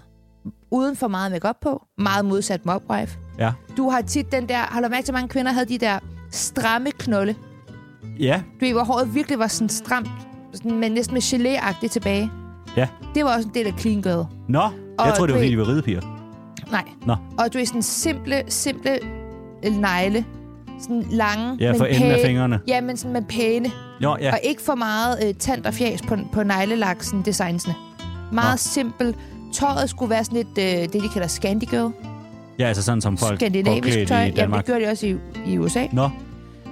uden for meget makeup på. Meget modsat mobwife. Ja. Du har tit den der... Har du mærket, at mange kvinder havde de der stramme knolde? Ja, Du ved, hvor håret virkelig var sådan stramt, sådan, men næsten med gelé tilbage. ja. Det var også en del af clean girl. Nå, jeg Og tror, det var det- fordi, de var ridepiger. Nej. Nå. Og du er sådan simple, simple øh, negle. Sådan lange, Ja, men for enden af pæne- fingrene. Ja, men sådan, men pæne. Nå, ja. Og ikke for meget øh, tand og fjas på, på neglelaksen designsene. Meget Nå. simpelt. Tøjet skulle være sådan lidt, øh, det de kalder Scandi Girl. Ja, altså sådan som folk går Skandinavisk klædt tøj. i Jamen, det Danmark. gør de også i, i USA. Nå,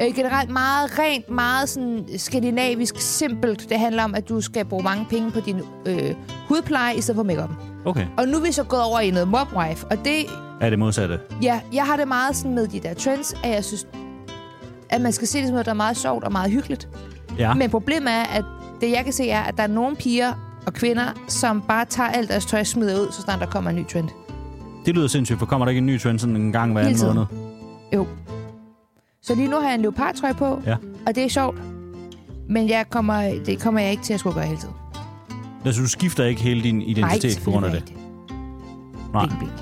Øh, generelt meget rent, meget sådan skandinavisk simpelt. Det handler om, at du skal bruge mange penge på din øh, hudpleje i stedet for makeup. okay. Og nu er vi så gået over i noget mobwife, og det Er det modsatte? Ja, jeg har det meget sådan med de der trends, at jeg synes, at man skal se det som noget, der er meget sjovt og meget hyggeligt. Ja. Men problemet er, at det jeg kan se er, at der er nogle piger og kvinder, som bare tager alt deres tøj og smider ud, så snart der kommer en ny trend. Det lyder sindssygt, for kommer der ikke en ny trend sådan en gang hver Hele anden tiden. måned? Jo. Så lige nu har jeg en leopardtrøje på, Ja. og det er sjovt. Men jeg kommer, det kommer jeg ikke til at skulle gøre hele tiden. Altså, du skifter ikke hele din identitet på grund af det? selvfølgelig Nej. gør jeg ikke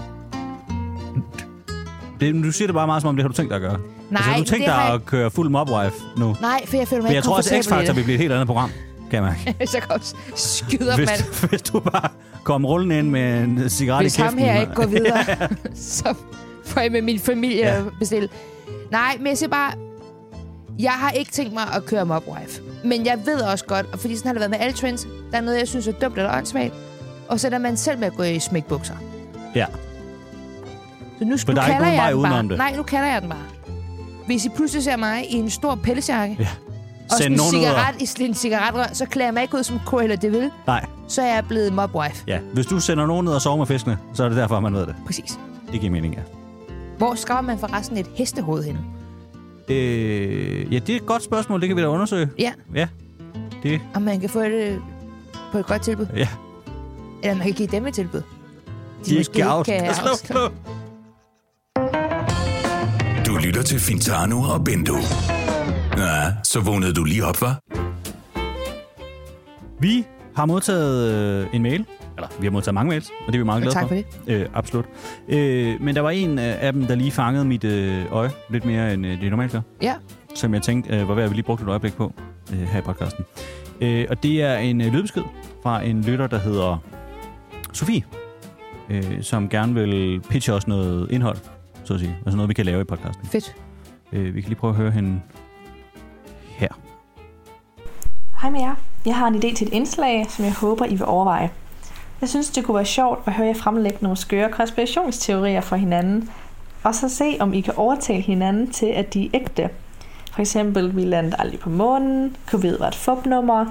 det. Det, du siger det bare meget som om, det har du tænkt dig at gøre. altså, har du men tænkt det dig har jeg- at køre fuld mobwife nu? Men Nej, for jeg føler mig jeg, ikke tror også, komfortabel i X-Factor det. vil blive et helt andet program, kan jeg <laughs> mærke. Så godt skyder man. Hvis, hvis du bare kommer rullende ind med en cigaret Hvis i kæften. ham <laughs> her ikke går videre, <laughs> så får jeg med min familie Ja. ja. bestille. Nej, men jeg siger bare, jeg har ikke tænkt mig at køre mobwife. Men jeg ved også godt, og fordi sådan har det været med alle trends, der er noget, jeg synes er dumt eller åndssvagt, og så er man selv med at gå i smækbukser. Ja. Så nu, Men nu der er ikke kalder nogen jeg vej den udenom bare. det. Nej, nu kalder jeg den bare. Hvis I pludselig ser mig i en stor pelsjakke, Ja. og Send sådan en nogen ud og... cigaret i en cigaretrør, så klæder jeg mig ikke ud som Cruella de Vil, Nej, så er jeg blevet mobwife. ja. Hvis du sender nogen ned og sover med fiskene, så er det derfor, man ved det. Præcis. Det giver mening, ja. Hvor skraber man forresten et hestehoved henne? Øh, ja, det er et godt spørgsmål. Det kan vi da undersøge. Ja, Ja. Det, om man kan få det på et godt tilbud. ja. Eller man kan give dem et tilbud. De er ikke out. <laughs> Slå, afslå. slå. Du lytter til Fintano og Bento. Ja, så vågnede du lige op, var? Vi har modtaget øh, en mail. Eller, vi har modtaget mange mails, og det er vi meget Ja, glade tak for. det. Øh, absolut. Øh, men der var en øh, af dem, der lige fangede mit øh, øje lidt mere, end øh, det normalt gør. Ja, Som jeg tænkte, øh, var værd, at vi lige brugte et øjeblik på øh, her i podcasten. Øh, og det er en øh, lydbesked fra en lytter, der hedder Sofie, øh, som gerne vil pitche os noget indhold, så at sige. Altså noget, vi kan lave i podcasten. fedt. Øh, vi kan lige prøve at høre hende her. Hej med jer. Jeg har en idé til et indslag, som jeg håber, I vil overveje. Jeg synes, det kunne være sjovt at høre jer fremlægge nogle skøre konspirationsteorier for hinanden, og så se, om I kan overtale hinanden til, at de er ægte. For eksempel, vi landede aldrig på månen, covid var et fupnummer,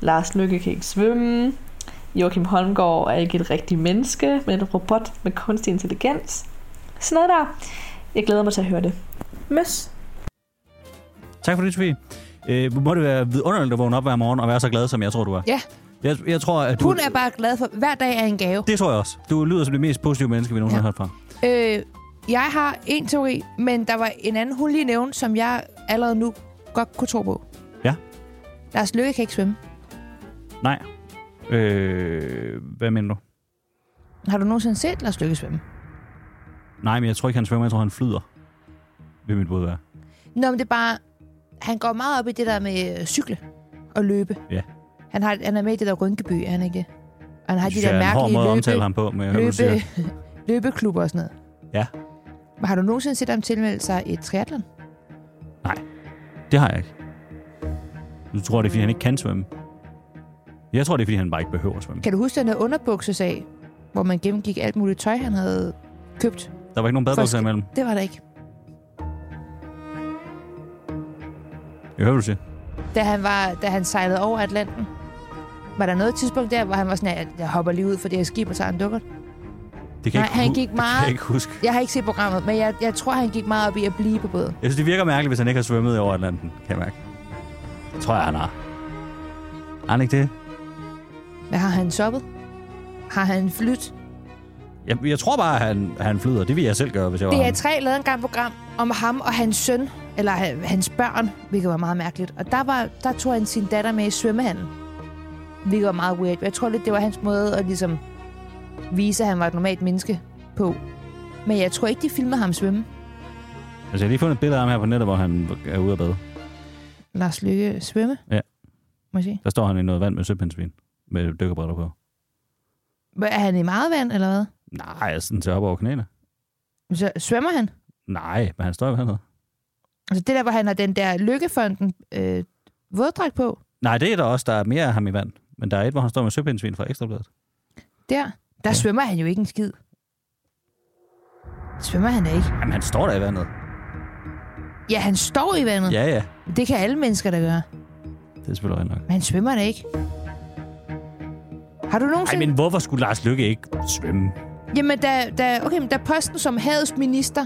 Lars Lykke kan ikke svømme, Joachim Holmgaard er ikke et rigtigt menneske, men en robot med kunstig intelligens. Sådan noget der. Jeg glæder mig til at høre det. Møs! Tak for det, Sofie. Øh, må det være vidunderligt at vågne op hver morgen og være så glad, som jeg tror, du er? Ja, Jeg, jeg tror, at du... hun er bare glad for, hver dag er en gave. Det tror jeg også. Du lyder som det mest positive menneske, vi nogensinde har Ja. hørt fra. Øh, jeg har en teori, men der var en anden, hun lige nævnte, som jeg allerede nu godt kunne tro på. Ja. Lars Løkke kan ikke svømme. Nej. Øh, hvad mener du? Har du nogensinde set Lars Løkke svømme? Nej, men jeg tror ikke, han svømmer. Jeg tror, han flyder. Vil mit bud være. Nå, men det er bare... Han går meget op i det der med øh, cykle og løbe. Ja. Han, har, han er med i det der Rynkeby, er han ikke det? Og han har de synes, der jeg er en hård mærkelige måde at løbe, omtale ham på, men jeg hører, du siger. løbe, løbeklubber og sådan noget. Ja. Men Har du nogensinde set ham tilmelde sig et triathlon? Det har jeg ikke. Du tror, det er, fordi han ikke kan svømme. Jeg tror, det er, fordi han bare ikke behøver at svømme. Kan du huske den der underbuksesag, hvor man gennemgik alt muligt tøj, han havde købt? Der var ikke nogen badbukser Forske- imellem. Det var der ikke. Jeg hører, hvad du siger. Da han, var, da han sejlede over Atlanten, var der noget tidspunkt der, hvor han var sådan, at jeg hopper lige ud for det her skib og tager en dukkert? Det kan Nej, jeg ikke, han hu- gik Det kan meget- jeg ikke huske. Jeg har ikke set programmet, men jeg, jeg tror, han gik meget op i at blive på båden. Jeg synes, det virker mærkeligt, hvis han ikke har svømmet over Atlanten, kan jeg mærke. Det tror jeg, han har. Har han ikke det? Hvad har han soppet? Har han flyttet? Jeg, jeg tror bare, han, han flyder. Det vil jeg selv gøre, hvis jeg var ham. DR3 lavede engang et program om ham og hans søn, eller ha- hans børn, hvilket var meget mærkeligt. Og der, var, der tog han sin datter med i svømmehallen, hvilket var meget weird. Jeg tror lidt, det var hans måde at ligesom vise, at han var et normalt menneske på. Men jeg tror ikke, de filmede ham svømme. Altså, jeg har lige fundet et billede af ham her på nettet, hvor han er ude at bade. Lars Lykke svømme? Ja. Må jeg se. Der står han i noget vand med søpindsvin. Med dykkerbrætter på. Hvad, Er han i meget vand, eller hvad? Nej, jeg er sådan til op over knæene. Så svømmer han? Nej, men han står jo hernede. Altså det der, hvor han har den der lykkefonden øh, våddragt på, Nej, det er der også. Der er mere af ham i vand. Men der er et, hvor han står med søpindsvin fra Ekstrabladet. der, der ja. svømmer han jo ikke en skid. Svømmer han da ikke? Jamen, han står der i vandet. Ja, han står i vandet. Ja. Ja, ja. Det kan alle mennesker, der gøre. Det er selvfølgelig rigtigt nok. Men han svømmer da ikke. Har du Ej, nogensinde... men hvorfor skulle Lars Lykke ikke svømme? Jamen, da, da, okay, men da posten som havets minister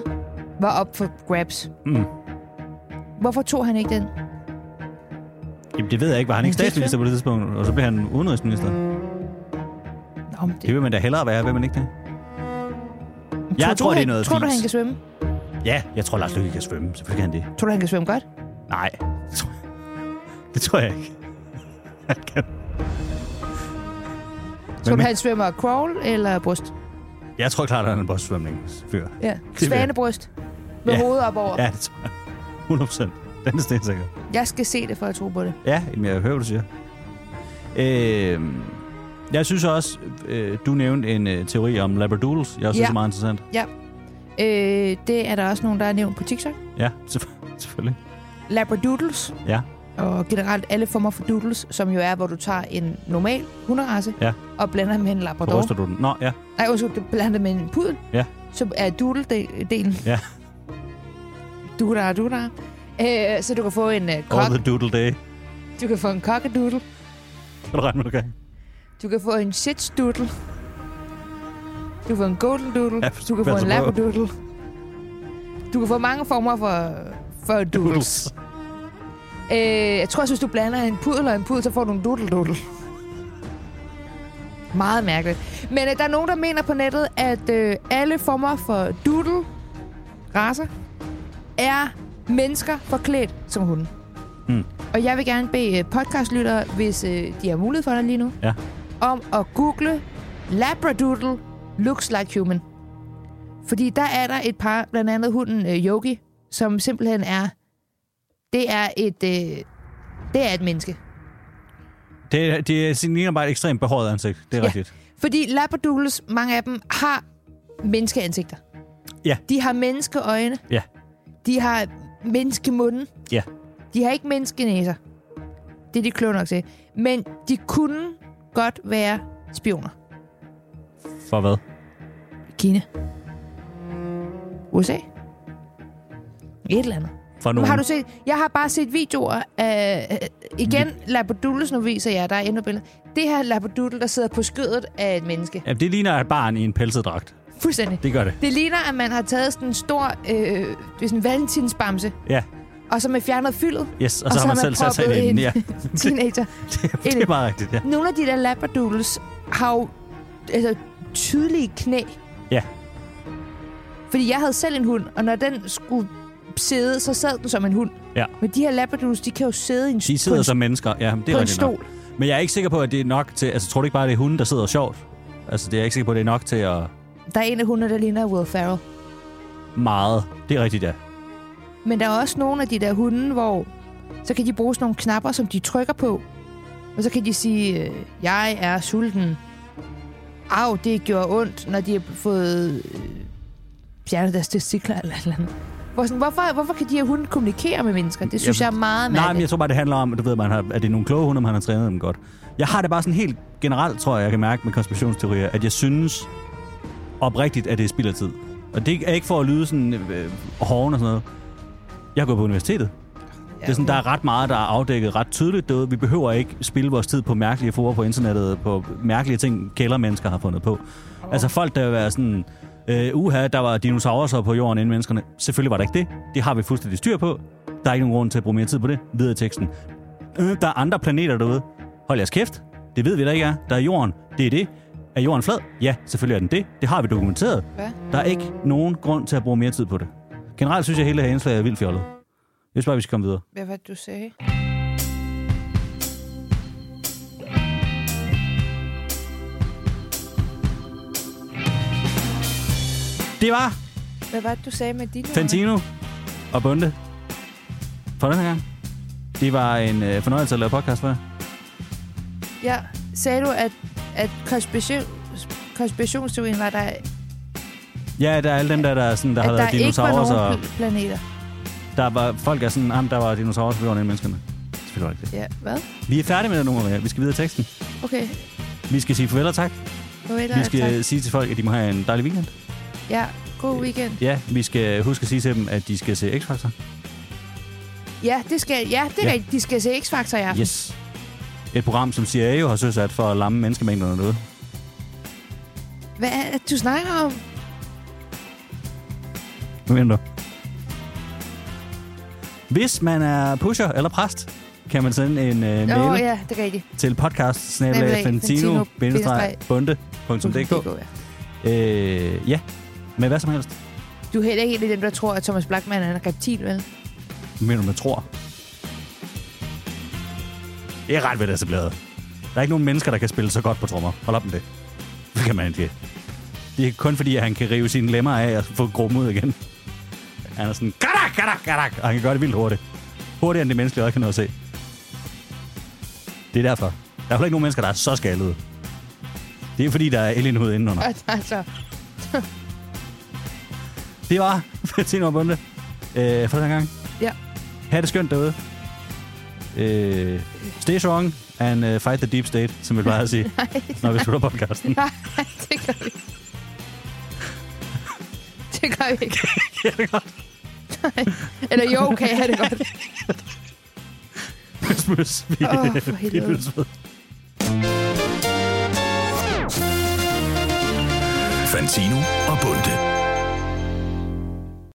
var op for grabs, Mm. hvorfor tog han ikke den? Jamen, det ved jeg ikke. Var han ikke Men det er statsminister på det tidspunkt? Og så blev han udenrigsminister. Nå, men Det vil man da hellere være, vil man ikke det? Jeg tror, du, det er han- noget Tror du, fis. han kan svømme? Ja, jeg tror, Lars Lykke kan svømme. Selvfølgelig kan han det. Tror du, han kan svømme godt? Nej, det tror jeg, det tror jeg ikke. Han kan. Tror du, men- han svømmer crawl eller bryst? Jeg tror klart, at han er en bossvømningsfyr. Ja. jeg. Svanebryst. med Ja. hovedet op over. Ja, det tror jeg. 100 procent. Den er stensikker. Jeg skal se det, for at tro på det. Ja, jamen, jeg hører, hvad du siger. Øh, jeg synes også, øh, du nævnte en øh, teori om labradoodles. Jeg synes, Ja. det er meget interessant. Øh, det er der også nogen, der har nævnt på TikTok. Ja, selvfø- selvfølgelig. Labradoodles. Ja. Og generelt alle former for doodles, som jo er, hvor du tager en normal hunderace Ja. og blander med en Så labrador. ryster du den. Nå, ja. Nej, undskyld, du blander med en pudel. Ja. Så er doodle-delen. Ja. Dudar, dudar. Øh, så du kan få en øh, All kok. the doodle day. Du kan få en kokkedoodle. Kan du regne med, du kan? Du kan få en shitdoodle. Du kan få en goldoodle. Ja, du kan få pas en på. labradoodle. Du kan få mange former for, for doodles. Doodles. Øh, jeg tror også, hvis du blander en pudel og en pudel, så får du en doodle-doodle. Meget mærkeligt. Men øh, der er nogen, der mener på nettet, at øh, alle former for doodle-raser er mennesker forklædt som hunde. Mm. Og jeg vil gerne bede øh, podcastlyttere, hvis øh, de har mulighed for det lige nu, Ja. om at google Labradoodle looks like human. Fordi der er der et par, blandt andet hunden øh, Yogi, som simpelthen er... Det er et... Øh, det er et menneske. Det, er- det er sin ligner bare et ekstremt behåret ansigt. Det er Ja. ja. rigtigt. Fordi labradoodles, mange af dem, har menneskeansigter. Ja. De har menneskeøjne. Ja. De har menneskemunden. Ja. De har ikke menneskenæser. Det er de kloge nok til. Men de kunne godt være spioner. For hvad? Kina. USA. Et eller andet. For Men nogen. Har du set? Jeg har bare set videoer af... Øh, igen, labradoodles, nu viser jeg, der er endnu billeder. Det her labradoodle, der sidder på skødet af et menneske. Jamen, det ligner et barn i en pelset dragt. Fuldstændig. Det gør det. Det ligner, at man har taget sådan en stor øh, det er sådan en valentinsbamse, Ja, og så med fjernet <laughs> fyldet. yes. Og, og så, har man selv sat sig proppet ind i den. en Ja. <laughs> Teenager. <laughs> det, det er bare rigtigt, ja. Nogle af de der labradoodles har jo altså, tydelige knæ. Ja. Fordi jeg havde selv en hund, og når den skulle sidde, så sad den som en hund. Ja. Men de her labradoodles, de kan jo sidde i en, De på sidder en, som mennesker. Ja, det er på en rigtigt nok. stol. Men jeg er ikke sikker på, at det er nok til... Altså, tror du ikke bare, det er hunden, der sidder sjovt? Altså, det er jeg ikke sikker på, at det er nok til at... Der er en af hundene, der ligner Will Ferrell. Meget. Det er rigtigt, ja. Men der er også nogle af de der hunde, hvor så kan de bruge sådan nogle knapper, som de trykker på. Og så kan de sige, øh, jeg er sulten. Au, det gjorde ondt, når de har fået øh, fjernet deres testikler eller et eller andet. Hvor sådan, hvorfor, hvorfor kan de her hunde kommunikere med mennesker? Det synes jeg, Jeg- jeg er meget Nej, men mærkeligt. jeg tror bare, det handler om, du ved, man har, at det er nogle kloge hunde, man har trænet dem godt. Jeg har det bare sådan helt generelt, tror jeg, jeg kan mærke med konspirationsteorier, at jeg synes oprigtigt, at det er spild af tid. Og det er ikke for at lyde sådan øh, hården og sådan noget. Jeg går på universitetet. Det er sådan, der er ret meget, der er afdækket ret tydeligt derude. Vi behøver ikke spilde vores tid på mærkelige forer på internettet, på mærkelige ting, kældermennesker har fundet på. Altså folk, der vil være sådan, øh, uha, der var dinosaurer så på jorden inden menneskerne. Selvfølgelig var der ikke det. Det har vi fuldstændig styr på. Der er ikke nogen grund til at bruge mere tid på det. Videre i teksten. Øh, der er andre planeter derude. Hold jeres kæft. Det ved vi da ikke er. Der er jorden. Det er det. Er jorden flad? Ja, selvfølgelig er den det. Det har vi dokumenteret. Hvad? Der er ikke nogen grund til at bruge mere tid på det. Generelt synes jeg, at hele det her indslag er vildt fjollet. Jeg synes bare, vi skal komme videre. Hvad var det, du sagde? Det var Hvad var det, du sagde med dine Fantino og Bunde for den her gang. Det var en øh, fornøjelse at lave podcast for jer. øjne? Ja, sagde du, at, at konspiration, konspirationsteorien var, der, at Ja, der er alle dem, der, der, er sådan, der har der været ikke var dinosaurer, nogen så pl- planeter. der var, folk er sådan, at der var dinosaurer, så vi var inden menneskerne. Selvfølgelig var det ikke Ja, hvad? det. Vi er færdige med det nu, Maria. Vi skal videre i teksten. Okay, Vi skal sige farvel og tak. farvel Vi og skal tak. øh, sige til folk, at de må have en dejlig weekend. Ja, god weekend. Ja, vi skal huske at sige til dem, at de skal se X-Factor. Ja, det skal, ja, det er Ja. ja. rigtigt. De skal se X-Factor i aften. Yes. Et program, som CIA jo har søsat for at lamme menneskemængderne derude. Hvad er det, du snakker om? Hvad mener du? Hvis man er pusher eller præst, kan man sende en øh, Åh, mail oh, ja, det er rigtigt. til podcast Snabel-a fantino fantino-bindestreg bundedk ja. øh, Ja, med hvad som helst. Du er heller ikke en af dem, der tror, at Thomas Blackman er en reptil, vel? <laughs> Hvad mener du, man tror? Det er ret veletableret. Der er ikke nogen mennesker, der kan spille så godt på trommer. Hold op med det. Det kan man ikke. Det er kun fordi, at han kan rive sine lemmer af og få grum ud igen. Han er sådan, karak, karak, karak, og han kan gøre det vildt hurtigt. Hurtigere end det menneskelige øje kan nå at se. Det er derfor. Der er heller ikke nogen mennesker, der er så skaldede. Det er fordi, der er alienhud indenunder. Og der er så Det var <laughs> Bettina og Bunde øh, for den her gang. Ja. <laughs> Ha' det skønt derude. Øh, stay strong and uh, fight the deep state, som vi plejer at <laughs> sige, når vi slutter podcasten. <laughs> Nej, det gør vi ikke. Det gør vi ikke. Ja, det er godt. Eller jo, kan jeg have det godt. Møs, møs. <laughs> Vi, Åh, oh, for vi helvede. møs ved. Fantino og Bunde.